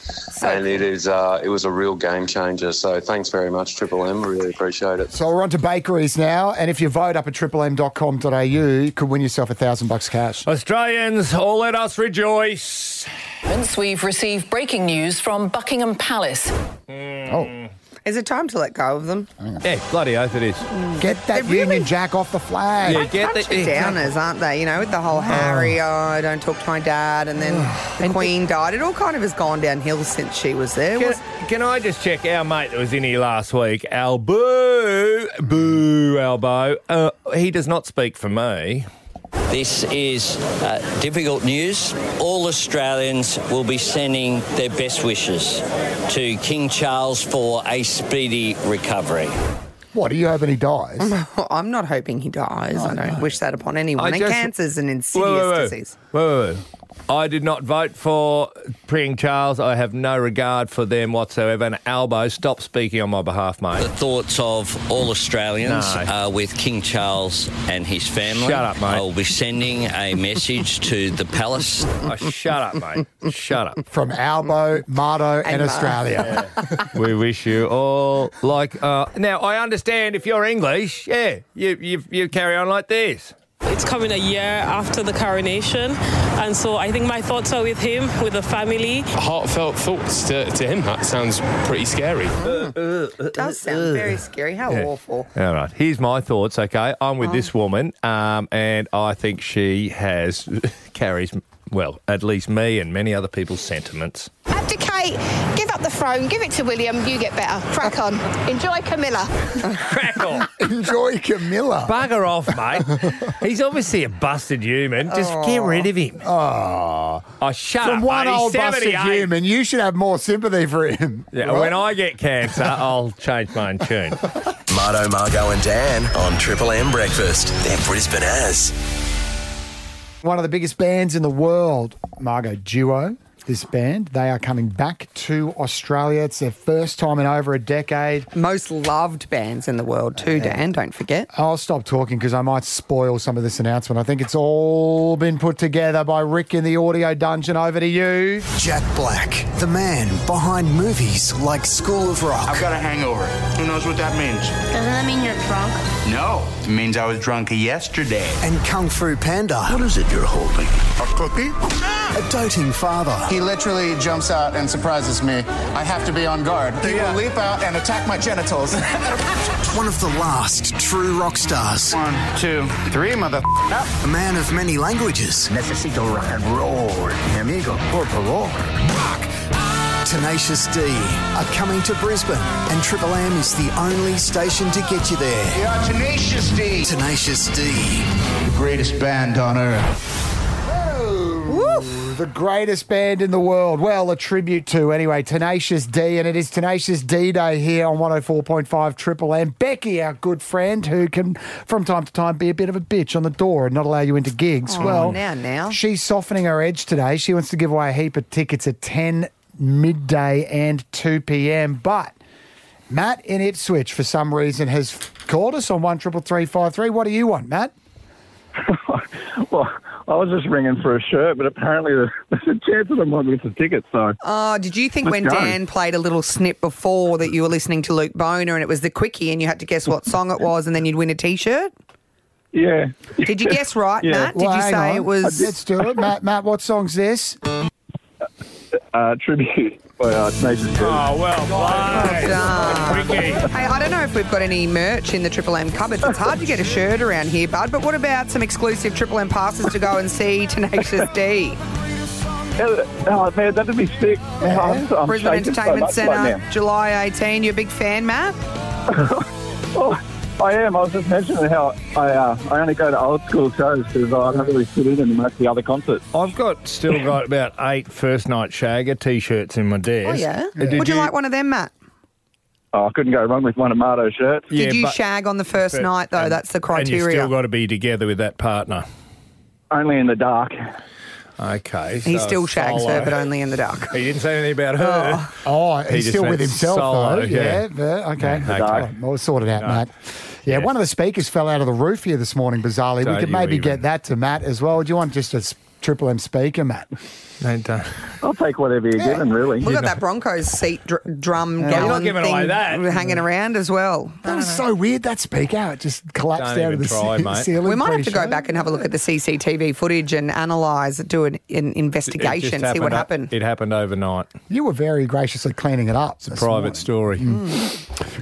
Speaker 11: and it is uh, it was a real game changer. So thanks very much, Triple M. Really appreciate it.
Speaker 2: So we're on to bakeries now. And if you vote up at triplem.com.au, you could win yourself a thousand bucks cash.
Speaker 4: Australians, all let us rejoice.
Speaker 12: Since we've received breaking news from Buckingham Palace.
Speaker 2: Oh.
Speaker 3: Is it time to let go of them?
Speaker 4: Yeah, Eh, bloody oath it is.
Speaker 2: Get that Union Jack off the flag.
Speaker 4: Yeah, get the-
Speaker 3: Bunch of downers, aren't they? You know, with the whole Harry, oh, don't talk to my dad, and then the Queen died. It all kind of has gone downhill since she was there.
Speaker 4: Can,
Speaker 3: wasn't
Speaker 4: can I just check our mate that was in here last week, Albo, Boo Albo? Uh, he does not speak for me.
Speaker 23: This is uh, difficult news. All Australians will be sending their best wishes to King Charles for a speedy recovery.
Speaker 2: What, are you hoping he dies?
Speaker 3: I'm not hoping he dies. I don't wish that upon anyone. and
Speaker 4: just-
Speaker 3: cancer's an insidious
Speaker 4: Whoa, whoa, whoa.
Speaker 3: disease.
Speaker 4: Whoa, whoa, whoa. I did not vote for Priying Charles. I have no regard for them whatsoever. And Albo, stop speaking on my behalf, mate.
Speaker 23: The thoughts of all Australians
Speaker 4: No.
Speaker 23: are with King Charles and his family.
Speaker 4: Shut up, mate.
Speaker 23: I will be sending a message to the palace.
Speaker 4: Oh, shut up, mate. Shut up.
Speaker 2: From Albo, Mardo, and,
Speaker 23: And Mar-
Speaker 2: Australia.
Speaker 4: we wish you all like. Uh, now, I understand if you're English, yeah, you, you, you carry on like this.
Speaker 24: It's coming a year after the coronation, and so I think my thoughts are with him, with the family.
Speaker 25: Heartfelt thoughts to, to him. That sounds pretty scary.
Speaker 3: does sound very scary. How
Speaker 4: Yeah.
Speaker 3: awful.
Speaker 4: All right. Here's my thoughts. Okay, I'm
Speaker 3: Oh.
Speaker 4: with this woman, um, and I think she has carries well, at least me and many other people's sentiments.
Speaker 26: Abdicate, give up the throne, give it to William, you get better. Crack on. Enjoy Camilla.
Speaker 2: Enjoy Camilla.
Speaker 4: Bugger off, mate. He's obviously a busted human. Just get rid of him.
Speaker 2: Oh.
Speaker 4: Oh, shut
Speaker 2: From
Speaker 4: up,
Speaker 2: one
Speaker 4: mate. He's
Speaker 2: old busted
Speaker 4: 78.
Speaker 2: human, you should have more sympathy for him.
Speaker 4: Yeah, when I get cancer, I'll change my own tune.
Speaker 1: Mardo, Margo, and Dan on Triple M Breakfast. They're Brisbane as.
Speaker 2: One of the biggest bands in the world, Margot Duo, this band, they are coming back to Australia. It's their first time in over a decade.
Speaker 3: Most loved bands in the world, too, Dan, don't forget.
Speaker 2: I'll stop talking because I might spoil some of this announcement. I think it's all been put together by Rick in the audio dungeon. Over to you.
Speaker 27: Jack Black, the man behind movies like School of Rock.
Speaker 28: I've got a hangover. Who knows what that means?
Speaker 27: Doesn't that mean you're drunk?
Speaker 28: No, it means I was drunk yesterday.
Speaker 27: And Kung Fu Panda. What is it you're holding? A cookie? A doting father.
Speaker 29: He literally jumps out and surprises me. I have to be on guard. He will leap out and attack my genitals.
Speaker 27: One of the last true rock stars. One,
Speaker 28: two, three, mother.
Speaker 27: A man of many languages. Necesito rock and roll, mi amigo, por favor. Tenacious D are coming to Brisbane, and Triple M is the only station to get you there.
Speaker 28: We are Tenacious D.
Speaker 27: Tenacious D.
Speaker 28: The greatest band on earth.
Speaker 2: The greatest band in the world. Well, a tribute to, anyway, Tenacious D, and it is Tenacious D Day here on 104.5 Triple M. Becky, our good friend, who can from time to time be a bit of a bitch on the door and not allow you into gigs.
Speaker 3: Oh,
Speaker 2: well,
Speaker 3: now, now.
Speaker 2: she's softening her edge today. She wants to give away a heap of tickets at 10 midday and 2 p.m. But Matt in Ipswich, for some reason, has called us on 133353. What do you want, Matt?
Speaker 28: Well, I was just ringing for a shirt, but apparently there's a chance that I might miss a ticket. So
Speaker 3: Oh, did you think
Speaker 28: Let's
Speaker 3: when
Speaker 28: go.
Speaker 3: Dan played a little snip before that you were listening to Luke Boner and it was the quickie and you had to guess what song it was and then you'd win a t shirt?
Speaker 28: Yeah.
Speaker 3: Did you guess right, Matt? Did
Speaker 2: Well,
Speaker 3: you
Speaker 2: hang
Speaker 3: say
Speaker 2: on.
Speaker 3: it was.
Speaker 2: Let's do it. Matt, Matt, what song's this?
Speaker 28: uh, tribute by uh, Nation
Speaker 4: Oh, well played.
Speaker 3: uh, Hey, I don't know if we've got any merch in the Triple M cupboards. It's hard to get a shirt around here, bud. But what about some exclusive Triple M passes to go and see Tenacious D?
Speaker 28: Oh, man, that'd be sick. I'm- I'm
Speaker 3: Brisbane
Speaker 28: shaking so
Speaker 3: Entertainment
Speaker 28: much right
Speaker 3: Centre,
Speaker 28: now.
Speaker 3: July 18. You a big fan, Matt?
Speaker 28: Oh, I am. I was just mentioning how I uh, I only go to old school shows because I don't really fit in in most of the other concerts.
Speaker 4: I've got still got about eight first night shagger t-shirts in my desk.
Speaker 3: Oh, yeah.
Speaker 4: Uh, did
Speaker 3: Would you, like one of them, Matt?
Speaker 28: Oh, I couldn't go wrong with one of Mardo's shirts.
Speaker 3: Did you shag on the first
Speaker 4: but-
Speaker 3: night, though?
Speaker 4: and-
Speaker 3: That's the
Speaker 4: And you
Speaker 3: criteria.
Speaker 4: still got to be together with that partner.
Speaker 28: Only in the dark.
Speaker 4: Okay.
Speaker 3: He
Speaker 4: so
Speaker 3: still
Speaker 4: it's
Speaker 3: shags
Speaker 4: solo.
Speaker 3: her, but only in the dark.
Speaker 4: He didn't say anything about her.
Speaker 2: Oh,
Speaker 4: He
Speaker 2: he's
Speaker 4: just
Speaker 2: still
Speaker 4: went
Speaker 2: with himself,
Speaker 4: solo,
Speaker 2: though. Yeah,
Speaker 4: yeah.
Speaker 2: but- okay.
Speaker 4: Yeah, okay.
Speaker 2: Well, we'll sort it out, Matt. Yeah, one of the speakers fell out of the roof here this morning, bizarrely.
Speaker 4: Don't
Speaker 2: we could
Speaker 4: you
Speaker 2: maybe
Speaker 4: even.
Speaker 2: get that to Matt as well. Do you want just a s- triple M speaker, Matt?
Speaker 4: No, don't.
Speaker 28: I'll take whatever you're given, really.
Speaker 3: We've got that Broncos seat dr- drum
Speaker 2: Yeah. You're not
Speaker 3: gallon
Speaker 2: giving
Speaker 3: thing
Speaker 2: away that. Mm-hmm.
Speaker 3: hanging around as well.
Speaker 2: That was so weird, that speaker. It just collapsed
Speaker 3: Don't
Speaker 2: out of
Speaker 3: even
Speaker 2: the
Speaker 3: try,
Speaker 2: ce-
Speaker 3: mate.
Speaker 2: ceiling.
Speaker 3: We might have to
Speaker 2: pre-show.
Speaker 3: go back and have a look at the CCTV footage and analyse, do an, an investigation, see what happened.
Speaker 4: It happened overnight.
Speaker 2: You were very graciously cleaning it up. It's
Speaker 4: Private story.
Speaker 3: Mm.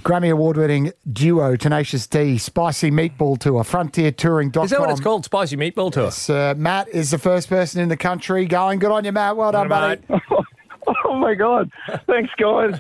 Speaker 2: Grammy award winning duo Tenacious D Spicy Meatball Tour, Frontier Touring.
Speaker 4: Is that what it's called? Spicy meatball tour.
Speaker 2: Yes, uh, Matt is the first person in the country going. Good on you, Matt. Well done, buddy.
Speaker 28: oh my God! Thanks, guys.